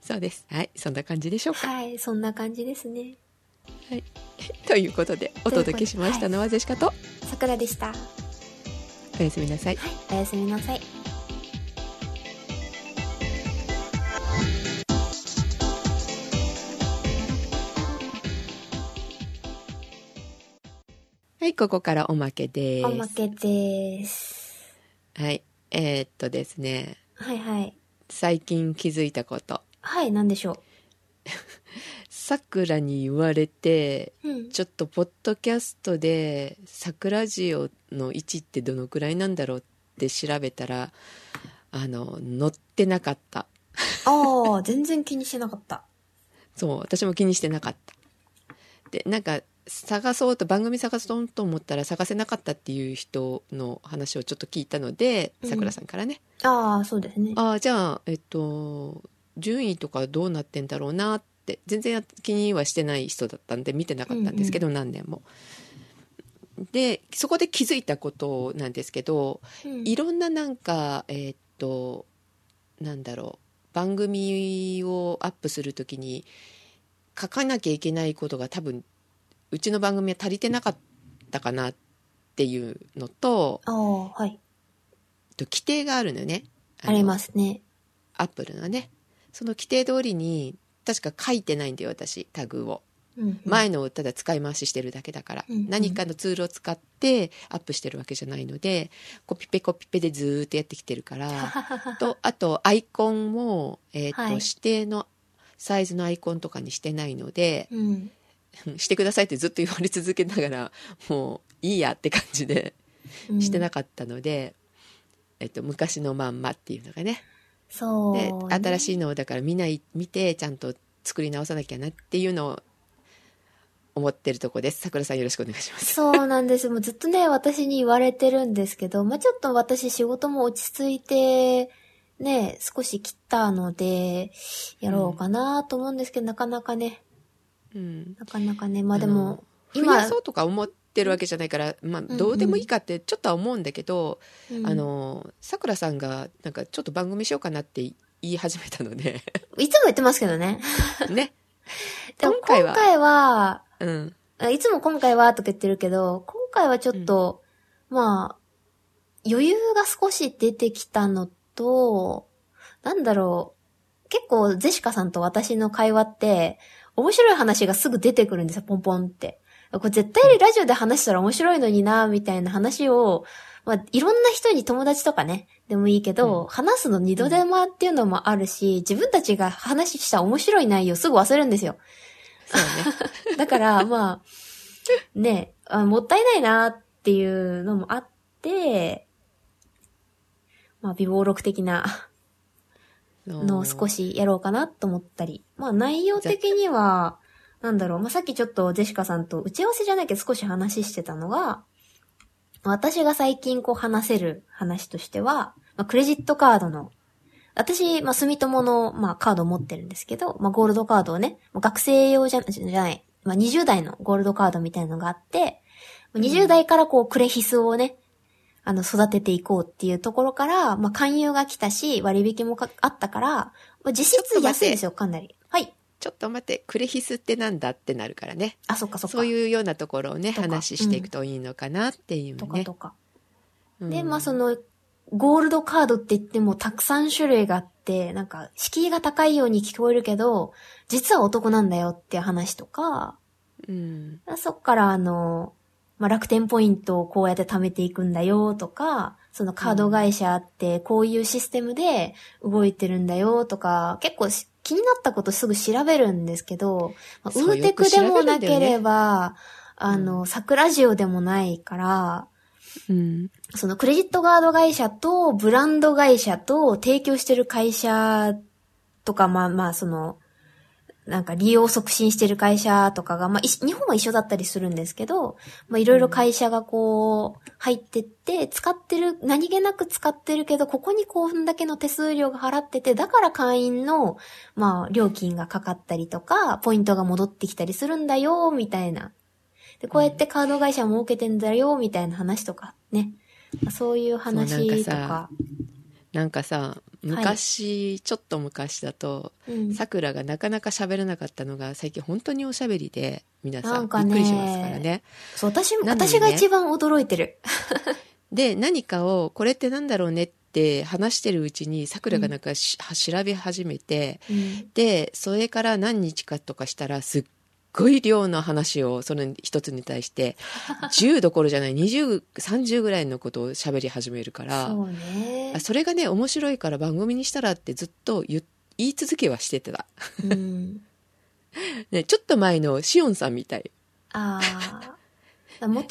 Speaker 1: そうですはいそんな感じでしょう か、
Speaker 2: はい、そんな感じですね。
Speaker 1: ということでお届けしましたのはジェシカと
Speaker 2: 桜でした。はい、
Speaker 1: おやすみなさい
Speaker 2: おやすみなさい。
Speaker 1: はいここからおまけです
Speaker 2: おまけです。
Speaker 1: はいえーっとですね
Speaker 2: はいはい。
Speaker 1: 最近気づいたこと
Speaker 2: はい、なんでしょ
Speaker 1: さくらに言われて
Speaker 2: う。うん。
Speaker 1: ちょっとポッドキャストで桜ジオの位置ってどのくらいなんだろうって調べたらあの載ってなかった
Speaker 2: ああ、全然気にしてなかった。
Speaker 1: そう私も気にしてなかったでなんか探そうと番組探そうと思ったら探せなかったっていう人の話をちょっと聞いたので
Speaker 2: うん
Speaker 1: さくらさんからね、
Speaker 2: ああ、そうですね。
Speaker 1: ああじゃあえっと順位とかどうなってんだろうなって全然気にはしてない人だったんで見てなかったんですけど、何年も。でそこで気づいたことなんですけど
Speaker 2: うん
Speaker 1: いろんななんかえっとなんだろう番組をアップするときに書かなきゃいけないことが多分うちの番組は足りてなかったかなっていうのと
Speaker 2: ああ、はい。
Speaker 1: えっと規定があるのよね。
Speaker 2: あり
Speaker 1: の
Speaker 2: ますね。
Speaker 1: アップルのねその規定通りに確か書いてないんだよ私タグを
Speaker 2: うん。
Speaker 1: 前のをただ使い回ししてるだけだから、
Speaker 2: うんうん
Speaker 1: 何かのツールを使ってアップしてるわけじゃないのでコピペコピペでずーっとやってきてるか ら
Speaker 2: は
Speaker 1: とあとアイコンも、えーと
Speaker 2: はい
Speaker 1: 指定のサイズのアイコンとかにしてないので
Speaker 2: うん。
Speaker 1: うんしてくださいってずっと言われ続けながらもういいやって感じで
Speaker 2: うん
Speaker 1: してなかったので、えっと昔のまんまっていうのがね
Speaker 2: そう
Speaker 1: で
Speaker 2: ね。
Speaker 1: 新しいのをだから見ない見てちゃんと作り直さなきゃなっていうのを思ってるとこです。桜さんよろしくお願いします。
Speaker 2: そうなんです。もうずっとね、私に言われてるんですけど、まあ、ちょっと私仕事も落ち着いて、ね、少し切ったので、やろうかなと思うんですけど、なかなかね、
Speaker 1: うん。
Speaker 2: なかなかね、まあ
Speaker 1: あ
Speaker 2: で
Speaker 1: の
Speaker 2: も、
Speaker 1: 増
Speaker 2: 今
Speaker 1: や、そうとか思ってるわけじゃないから、まあ、
Speaker 2: うん
Speaker 1: どうでもいいかってちょっとは思うんだけど、
Speaker 2: うん
Speaker 1: あの、さくらさんが、なんかちょっと番組しようかなって言い始めたの で、
Speaker 2: いつも言ってますけどね。
Speaker 1: ね。
Speaker 2: でも
Speaker 1: 今
Speaker 2: 今
Speaker 1: 回
Speaker 2: 回
Speaker 1: は
Speaker 2: は、
Speaker 1: うん。
Speaker 2: あいつも今回はとか言ってるけど、今回はちょっと、まあ、余裕が少し出てきたのと、なんだろう、結構ゼシカさんと私の会話って、面白い話がすぐ出てくるんですよ、ポンポンって。これ絶対ラジオで話したら面白いのにな、みたいな話を、まあ、いろんな人に友達とかね、でもいいけど、
Speaker 1: うん
Speaker 2: 話すの二度手間っていうのもあるし、自分たちが話した面白い内容すぐ忘れるんですよ。
Speaker 1: そうね。
Speaker 2: だから、まあ、ねあ、もったいないなっていうのもあって、まあ、微暴録的な のを少
Speaker 1: し。
Speaker 2: しやろうかなと思ったり、まあ、内容的には、なんだろう、まあ、さっきちょっとジェシカさんと打ち合わせじゃないけど少し話してたのが、私が最近こう話せる話としては、まあ、クレジットカードの、私、まあ、住友の、まあ、カードを持ってるんですけど、まあ、ゴールドカードをね、まあ学生用じゃじゃない、まあ、20代のゴールドカードみたいのがあって、まあ20代からこう、クレヒスをね、あの、育てていこうっていうところから、まあ、勧誘が来たし、割引もかあったから、まあ、
Speaker 1: ち
Speaker 2: 実
Speaker 1: ょっと
Speaker 2: 質
Speaker 1: 待
Speaker 2: 安
Speaker 1: て
Speaker 2: いですよ、かなり。はい。
Speaker 1: ちょっと待って、クレヒスってなんだってなるからね。
Speaker 2: あ、そっかそっか。
Speaker 1: そういうようなところをね、
Speaker 2: とか
Speaker 1: 話していくといいのかなっていうね。
Speaker 2: とかとか。
Speaker 1: うん
Speaker 2: で、まあその、ゴールドカードって言ってもたくさん種類があって、なんか、敷居が高いように聞こえるけど、実は男なんだよっていう話とか、
Speaker 1: うん。
Speaker 2: そっからあの、まあ、楽天ポイントをこうやって貯めていくんだよとか、そのカード会社ってこういうシステムで動いてるんだよとか、結構し気になったことすぐ調べるんですけど、まあ、
Speaker 1: そう
Speaker 2: ウーテクでもなけ
Speaker 1: よく調べる
Speaker 2: れば、あの、桜ジオでもないから、
Speaker 1: うん。
Speaker 2: そのクレジットカード会社とブランド会社と提供してる会社とか、まあまあその、なんか利用促進してる会社とかが、まあいし日本は一緒だったりするんですけど、まあいろいろ会社がこう入ってって、使ってる、何気なく使ってるけど、ここにこんだけの手数料が払ってて、だから会員の、まあ料金がかかったりとか、ポイントが戻ってきたりするんだよ、みたいな。で、こうやってカード会社儲けてんだよ、みたいな話とかね。そういう話とか。
Speaker 1: なんかさ、昔、ちょっと昔だと、
Speaker 2: うん
Speaker 1: さくらがなかなか喋れなかったのが、最近本当におしゃべりで、皆
Speaker 2: な
Speaker 1: さん
Speaker 2: んかね
Speaker 1: びっくりしますからね。
Speaker 2: そう、私も、
Speaker 1: なのにね
Speaker 2: 私が一番驚いてる。
Speaker 1: で、何かを、これってなんだろうねって話してるうちに、さくらがなんかし、は調べ始めて、で、それから何日かとかしたら、すっごい量の話を、その一つに対して、10どころじゃない、20、30ぐらいのことを喋り始める から、
Speaker 2: そうね
Speaker 1: あ。それがね、面白いから番組にしたらってずっと言言い続けはしてた。
Speaker 2: うん。
Speaker 1: ね、ちょっと前のしおんさんみたい。
Speaker 2: ああ。もともと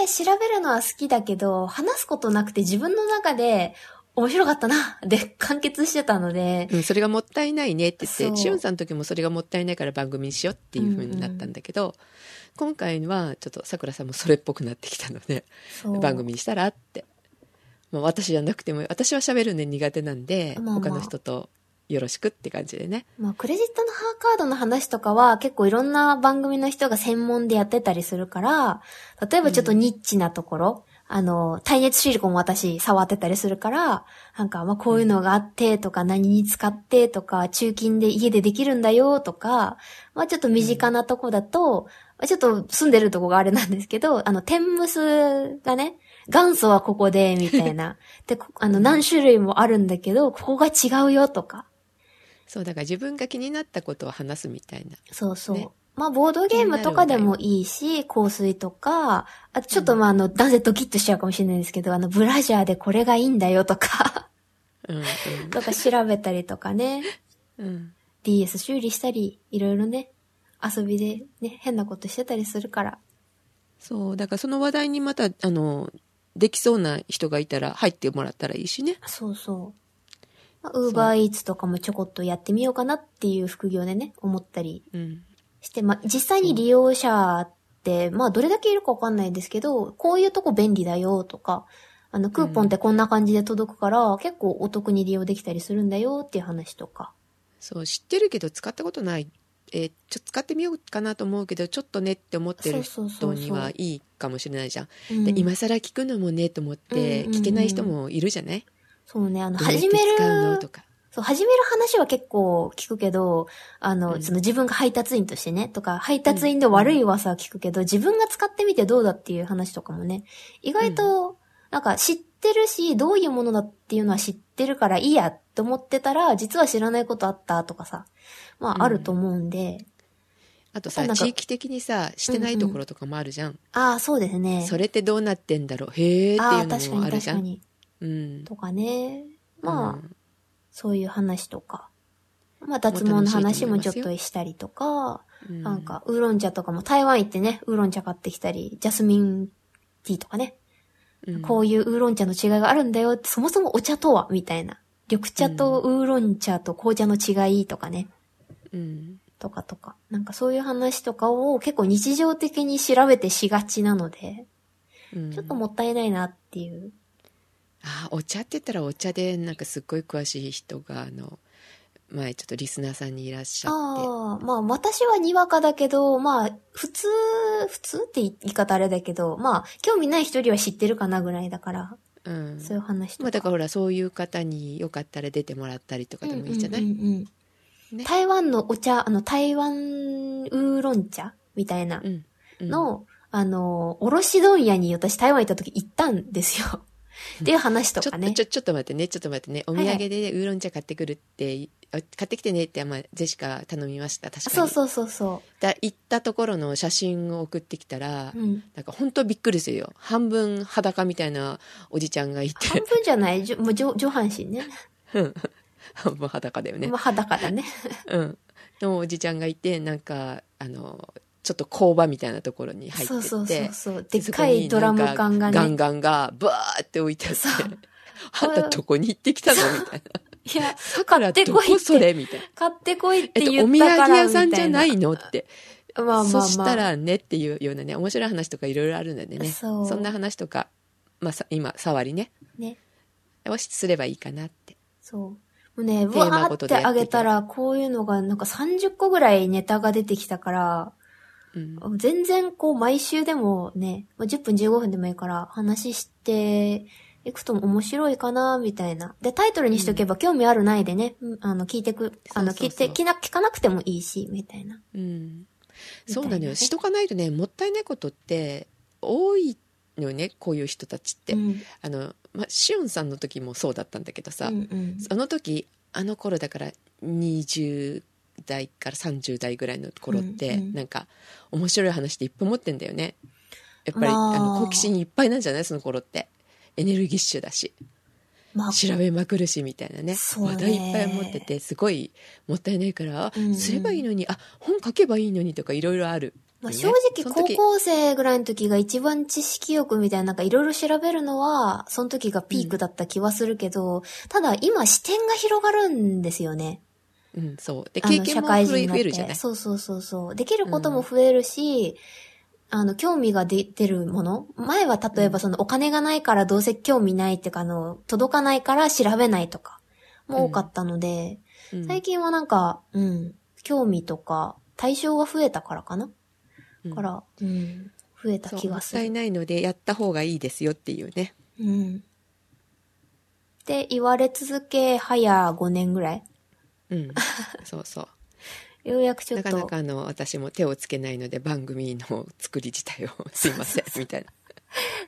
Speaker 2: ね、調べるのは好きだけど、話すことなくて自分の中で、面白かったな、で完結してたので、
Speaker 1: うん、それがもったいないねって言
Speaker 2: そ
Speaker 1: っ
Speaker 2: う
Speaker 1: て、しおんさんの時もそれがもったいないから番組にしようっていう風になったんだけど、今回はちょっとさくらさんもそれっぽくなってきたので、
Speaker 2: そう
Speaker 1: 番組にしたらって。まあ私じゃなくても、私は喋るの苦手なんで、
Speaker 2: まあまあ
Speaker 1: 他の人とよろしくって感じでね。
Speaker 2: まあ、クレジットのハーカードの話とかは結構いろんな番組の人が専門でやってたりするから、例えばちょっとニッチなところ、あの、耐熱シリコンも私触ってたりするから、なんか、まあ、こういうのがあってとか、何に使ってとか、中金で家でできるんだよとか、まあ、ちょっと身近なとこだと、まあちょっと住んでるとこがあれなんですけど、あの、天むすがね、元祖はここで、みたいな。で、こあの、何種類もあるんだけど、ここが違うよとか。
Speaker 1: そう、だから自分が気になったことを話すみたいな。
Speaker 2: そうそう。
Speaker 1: ね
Speaker 2: まあ、ボードゲームとかでもいいし、香水とか、あちょっとまあ、あの、男性ドキッとしちゃうかもしれないですけど、あの、ブラジャーでこれがいいんだよとか、
Speaker 1: うん、
Speaker 2: とか調べたりとかね、
Speaker 1: うん。うん。
Speaker 2: DS 修理したり、いろいろね、遊びでね、変なことしてたりするから。
Speaker 1: そう、だからその話題にまた、あの、できそうな人がいたら入ってもらったらいいしね。
Speaker 2: そうそう。ウーバーイーツとかもちょこっとやってみようかなっていう副業でね、思ったり
Speaker 1: うん。
Speaker 2: して、まあ、実際に利用者って、まあ、どれだけいるかわかんないですけど、こういうとこ便利だよとか、あの、クーポンってこんな感じで届くから、結構お得に利用できたりするんだよっていう話とか。
Speaker 1: そう知ってるけど使ったことない、えーちょ使ってみようかなと思うけどちょっとねって思ってる
Speaker 2: そうそうそ
Speaker 1: 人
Speaker 2: うそう
Speaker 1: にはいいかもしれないじゃん
Speaker 2: うん
Speaker 1: で今更聞くのもねと思って
Speaker 2: うんうんうん
Speaker 1: 聞けない人もいるじゃない、
Speaker 2: そうね、あの、
Speaker 1: どうやって
Speaker 2: 始め
Speaker 1: 使うのと
Speaker 2: る、
Speaker 1: か
Speaker 2: そう、始める話は結構聞くけど、あの、
Speaker 1: うん
Speaker 2: その自分が配達員としてね、とか、配達員で悪い噂は聞くけど、自分が使ってみてどうだっていう話とかもね、意外と、なんか知ってるし、どういうものだっていうのは知ってるからいいやって思ってたら、実は知らないことあったとかさ、ま
Speaker 1: うん
Speaker 2: ああると思うんで、
Speaker 1: あと
Speaker 2: あ
Speaker 1: さ
Speaker 2: となんか
Speaker 1: 地域的にさしてないところとかもあるじゃん、
Speaker 2: ああ、そうですね。
Speaker 1: それってどうなってんだろうへえって
Speaker 2: あ
Speaker 1: い
Speaker 2: あ、
Speaker 1: う
Speaker 2: 確
Speaker 1: の
Speaker 2: か
Speaker 1: もあ
Speaker 2: に
Speaker 1: る
Speaker 2: 確
Speaker 1: じゃ
Speaker 2: か
Speaker 1: ん
Speaker 2: に。
Speaker 1: うん
Speaker 2: とかね。まあ、
Speaker 1: うん
Speaker 2: そういう話とか。まあ、脱毛の話もちょっとしたりとか、
Speaker 1: うん
Speaker 2: なんか、ウーロン茶とかも台湾行ってね、ウーロン茶買ってきたり、ジャスミンティーとかね、
Speaker 1: うん
Speaker 2: こういうウーロン茶の違いがあるんだよって、そもそもお茶とは、みたいな。緑茶とウーロン茶と紅茶の違いとかね、
Speaker 1: うん
Speaker 2: とかとか。なんかそういう話とかを結構日常的に調べてしがちなので、
Speaker 1: うん
Speaker 2: ちょっともったいないなっていう。
Speaker 1: あーお茶って言ったらお茶でなんかすっごい詳しい人があの前ちょっとリスナーさんにいらっしゃっ
Speaker 2: ああ、まあ私はにわかだけど、まあ普通、普通って言い方あれだけど、まあ興味ない人よりは知ってるかなぐらいだから、
Speaker 1: て、うん
Speaker 2: そういう話と
Speaker 1: まあ、
Speaker 2: か。
Speaker 1: だからほらそういう方によかったら出てもらったりとかでもいいじゃない、
Speaker 2: うんうんうんうん
Speaker 1: ね
Speaker 2: 台湾のお茶、あの台湾ウーロン茶みたいな
Speaker 1: うんうん
Speaker 2: の、あの、おろし問屋に私台湾行った時行ったんですよ。っていう話と
Speaker 1: ちょ
Speaker 2: か
Speaker 1: っ
Speaker 2: ね。
Speaker 1: とちょちょっと待ってねちょっと待ってねお土産でウーロン茶買ってくるって、あ買ってきてねって、まあ、ジェシカ頼みました確かに
Speaker 2: そうそうそうそ
Speaker 1: だ行ったところの写真を送ってきたら、
Speaker 2: う。うん。
Speaker 1: なんか本当びっくりするよ半分裸みたいなおじちゃんがい
Speaker 2: 半
Speaker 1: て
Speaker 2: 分じゃない、じょもう上上半身ね。
Speaker 1: 半分裸だよね、
Speaker 2: まあ裸だね。
Speaker 1: うん、のおじちゃんがいてなんかあのちょっと工場みたいなところに入って
Speaker 2: そ
Speaker 1: っ
Speaker 2: う
Speaker 1: て
Speaker 2: そうそうそう。でっ
Speaker 1: そこ
Speaker 2: か
Speaker 1: に
Speaker 2: いドラム缶
Speaker 1: な
Speaker 2: が
Speaker 1: ん
Speaker 2: ね。
Speaker 1: かガンガンがブワーって置いてあって
Speaker 2: そう
Speaker 1: あんたどこに行ってきたのみたいない
Speaker 2: や、
Speaker 1: だから
Speaker 2: て
Speaker 1: どこ
Speaker 2: こいって
Speaker 1: それみたいな。
Speaker 2: 買ってこいっ
Speaker 1: え
Speaker 2: て
Speaker 1: っと、
Speaker 2: 言
Speaker 1: お
Speaker 2: っ
Speaker 1: 土
Speaker 2: たからみた
Speaker 1: 産
Speaker 2: いな。
Speaker 1: 屋さんじゃないのって、
Speaker 2: まあまあまあ。
Speaker 1: そしたらねっていうようなね面白い話とかいろいろあるんだよね
Speaker 2: そう
Speaker 1: そんな話とか、まあ、さ今触りね
Speaker 2: ね。
Speaker 1: をしすればいいかなって
Speaker 2: そう。もうね、
Speaker 1: テ
Speaker 2: ぶわ
Speaker 1: ーマご
Speaker 2: ー
Speaker 1: と
Speaker 2: っ
Speaker 1: で
Speaker 2: て
Speaker 1: やって
Speaker 2: あげたら、こういうのがなんか30個ぐらいネタが出てきたから、
Speaker 1: うん
Speaker 2: 全然こう毎週でもね、まあ10分15分でもいいから話していくと面白いかな、みたいな。で、タイトルにしとけば興味あるないでね、うんあの、聞いてく、あの、
Speaker 1: そうそ
Speaker 2: 聞
Speaker 1: う
Speaker 2: い
Speaker 1: そう
Speaker 2: て、聞な聞かなくてもいいし、みたいな。
Speaker 1: うん、
Speaker 2: み
Speaker 1: そ
Speaker 2: たいうなね
Speaker 1: なのよしとかないとねもったいないことって多いのよねこういう人たちって、
Speaker 2: うん
Speaker 1: あの、まあ、シオンさんの時もそうだったんだけどさ、
Speaker 2: うんうん
Speaker 1: その時あの頃だから20代から30代ぐらいの頃って、
Speaker 2: うんうん
Speaker 1: なんか面白い話っていっぱい持ってんだよねやっぱり、
Speaker 2: まあ
Speaker 1: あ、の好奇心いっぱいなんじゃないその頃ってエネルギッシュだし
Speaker 2: まあ、
Speaker 1: 調べまくるしみたいなね
Speaker 2: そうね
Speaker 1: 話題いっぱい持っててすごいもったいないから、あ
Speaker 2: うんうん
Speaker 1: すればいいのにあ本書けばいいのにとかいろいろある、
Speaker 2: まあ、
Speaker 1: ね
Speaker 2: 正直、
Speaker 1: その
Speaker 2: 高
Speaker 1: 時
Speaker 2: 校生ぐらいの時が一番知識欲みたいな、なんかいろいろ調べるのは、その時がピークだった気はするけど、ただ今視点が広がるんですよね。
Speaker 1: うん、そうで
Speaker 2: あの
Speaker 1: 経験も増え増えるじゃない
Speaker 2: そうそうそうそう。できることも増えるし、あの、興味が出てるもの前は例えばそのお金がないからどうせ興味ないっていうか、あの、届かないから調べないとか、も多かったので、
Speaker 1: うん
Speaker 2: 最近はなんか、うん、興味とか、対象が増えたからかな
Speaker 1: うん
Speaker 2: から、うん、増えた
Speaker 1: そう
Speaker 2: 気
Speaker 1: も
Speaker 2: が
Speaker 1: っ
Speaker 2: す
Speaker 1: たい
Speaker 2: る。
Speaker 1: ないのでやった方がいいですよっていうね
Speaker 2: うん。って言われ続け、早5年ぐらい。
Speaker 1: うん そうそう
Speaker 2: ようやくちょっ
Speaker 1: な
Speaker 2: と。
Speaker 1: かなかあの私も手をつけないので番組の作り自体をすいま せんみたいな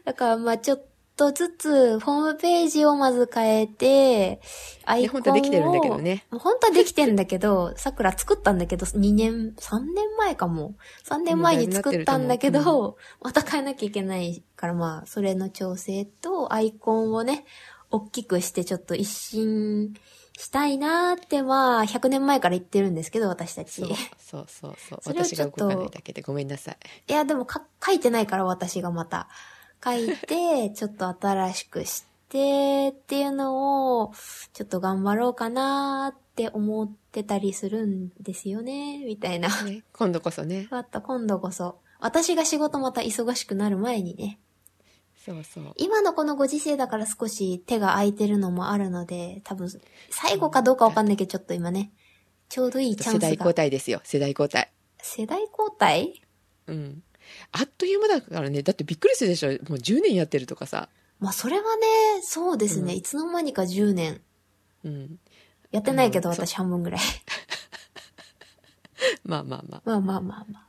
Speaker 2: だからまあちょっとずつ、ホームページをまず変えて、アイ
Speaker 1: ね
Speaker 2: コン
Speaker 1: 本当
Speaker 2: を。
Speaker 1: はできてるんだけどね。
Speaker 2: 本当はできてんだけど、さくら作ったんだけど、2年、3年前かも。3年前に作ったんだ
Speaker 1: も
Speaker 2: け
Speaker 1: うだいぶ
Speaker 2: ど、また変えなきゃいけないから、まあ、それの調整と、アイコンをね、大きくしてちょっと一新したいなーって、まあ、100年前から言ってるんですけど、私たち。
Speaker 1: そうそうそうそう
Speaker 2: それを
Speaker 1: 私
Speaker 2: ち
Speaker 1: が
Speaker 2: ょ
Speaker 1: 動
Speaker 2: っと
Speaker 1: かないだけでごめんなさい
Speaker 2: いや、でもか、書いてないから、私がまた。書いて、ちょっと新しくして、っていうのを、ちょっと頑張ろうかなーって思っってたりするんですよね、みたいな。
Speaker 1: ね、今度こそね
Speaker 2: あった、今度こそ。私が仕事また忙しくなる前にね。
Speaker 1: そうそう
Speaker 2: 今のこのご時世だから少し手が空いてるのもあるので、多分、最後かどうかわかんないけど、ちょっと今ね、ちょうどいいチャ
Speaker 1: 世
Speaker 2: ンス
Speaker 1: 代
Speaker 2: が
Speaker 1: 交。代ですよ世代交代
Speaker 2: 世代交代
Speaker 1: うんあっという間だからねだってびっくりするでしょもう10年やってるとかさ
Speaker 2: まあ、それはね、そうですね、
Speaker 1: うん
Speaker 2: いつの間にか10年。
Speaker 1: うん
Speaker 2: やってないけど、
Speaker 1: うん
Speaker 2: 私半分ぐらい。
Speaker 1: まあまあまあ
Speaker 2: まあまあまあま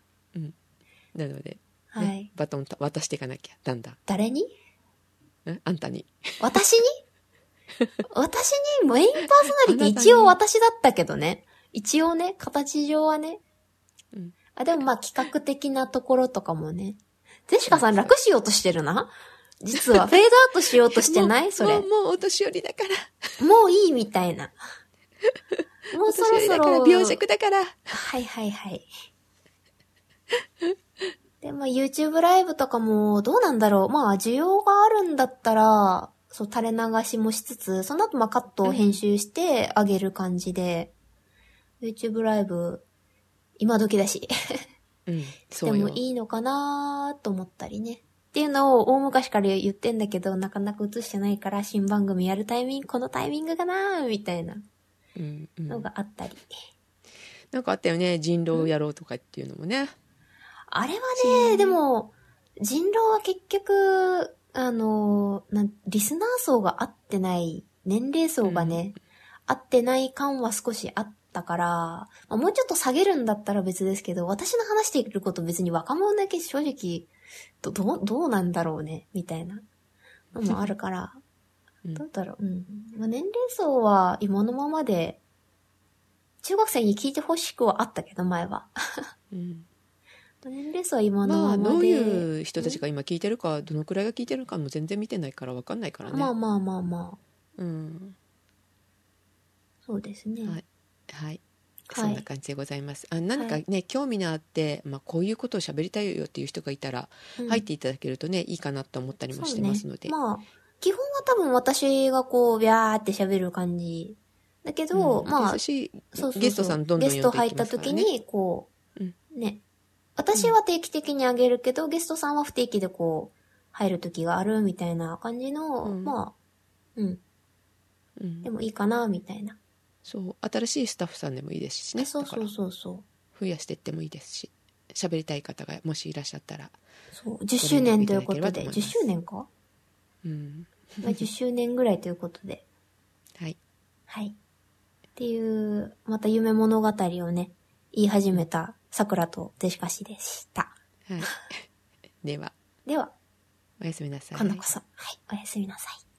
Speaker 1: なので、
Speaker 2: あ。は
Speaker 1: ね
Speaker 2: い。
Speaker 1: バトンた渡していかなきゃだんだん
Speaker 2: 誰に
Speaker 1: うんあんたに
Speaker 2: 私に私にメインパーソナリティ一応
Speaker 1: あな
Speaker 2: 私だったけどね。一応ね、形上はね。
Speaker 1: うん
Speaker 2: あ、でもまあ企画的なところとかもね。ゼシカさん楽しようとしてるな実 は。フェードアウトしようとしてな
Speaker 1: もう
Speaker 2: いそ
Speaker 1: も
Speaker 2: れ。
Speaker 1: う
Speaker 2: も
Speaker 1: もうお年寄りだから
Speaker 2: ういいみた いな。も
Speaker 1: お
Speaker 2: うそろ
Speaker 1: 年寄り
Speaker 2: そ
Speaker 1: だから
Speaker 2: ろ。
Speaker 1: 病弱だから
Speaker 2: はいはいはい。でも YouTube ライブとかもどうなんだろう。まあ需要があるんだったら、そう垂れ流しもしつつ、その後まあカットを編集してあげる感じで、YouTube ライブ、今時だし、
Speaker 1: うん
Speaker 2: で
Speaker 1: そう
Speaker 2: も
Speaker 1: よ
Speaker 2: いいのかなと思ったりね。っていうのを大昔から言ってんだけど、なかなか映してないから、新番組やるタイミング、このタイミングかなみたいな
Speaker 1: うんうん
Speaker 2: のがあったり。
Speaker 1: なんかあったよね人狼をやろうとかっていうのもね、
Speaker 2: あれはね、でも、人狼は結局、あの、なんリスナー層が合ってない、年齢層がね、合ってない感は少しあったから、まあもうちょっと下げるんだったら別ですけど、私の話していること別に若者だけ正直、ど、どう、どうなんだろうね、みたいなのもあるから、
Speaker 1: うん
Speaker 2: どうだろう、うん。まあ、年齢層は今のままで、中学生に聞いてほしくはあったけど、前は。
Speaker 1: うん
Speaker 2: 年齢層は今のま
Speaker 1: ま
Speaker 2: ま
Speaker 1: あ
Speaker 2: で。
Speaker 1: どういう人たちが今聞いてるかどのくらいが聞いてるかも全然見てないから分かんないからね、
Speaker 2: まあまあまあまあ。
Speaker 1: うん
Speaker 2: そうですね。
Speaker 1: はいはい
Speaker 2: はい
Speaker 1: そんな感じでございます。あ何かね、興味のあって、まあ、こういうことを喋りたいよっていう人がいたら、
Speaker 2: うん
Speaker 1: 入っていただけるとねいいかなと思ったりもしてますので、
Speaker 2: そうね、まあ、基本は多分私がこう、ビャーって喋る感じ。だけど、
Speaker 1: うん
Speaker 2: まあ
Speaker 1: です、し
Speaker 2: そうそうそう
Speaker 1: ゲストさんどんどん呼んでいきますから、ね、
Speaker 2: ゲスト入った時に、こう、
Speaker 1: うん
Speaker 2: ね。私は定期的にあげるけど、ゲストさんは不定期でこう、入る時があるみたいな感じの、
Speaker 1: うん
Speaker 2: まあ、うん。
Speaker 1: うん
Speaker 2: でもいいかな、みたいな。
Speaker 1: そう新しいスタッフさんでもいいですしね
Speaker 2: そうそ
Speaker 1: だ
Speaker 2: う
Speaker 1: から
Speaker 2: そうそう。
Speaker 1: 増やしていってもいいですし喋りたい方がもしいらっしゃったら、
Speaker 2: そう10周年という
Speaker 1: ご
Speaker 2: こ
Speaker 1: 連絡
Speaker 2: と
Speaker 1: いただければと思いま
Speaker 2: で、10
Speaker 1: す
Speaker 2: 周年か、
Speaker 1: うん、
Speaker 2: まあ、?10 周年ぐらいということで。
Speaker 1: はい
Speaker 2: はい。っていう、また夢物語をね、言い始めた桜とデシカシでした。
Speaker 1: はいでは
Speaker 2: では、
Speaker 1: おやすみなさい
Speaker 2: 今度こそ、はい、おやすみなさい。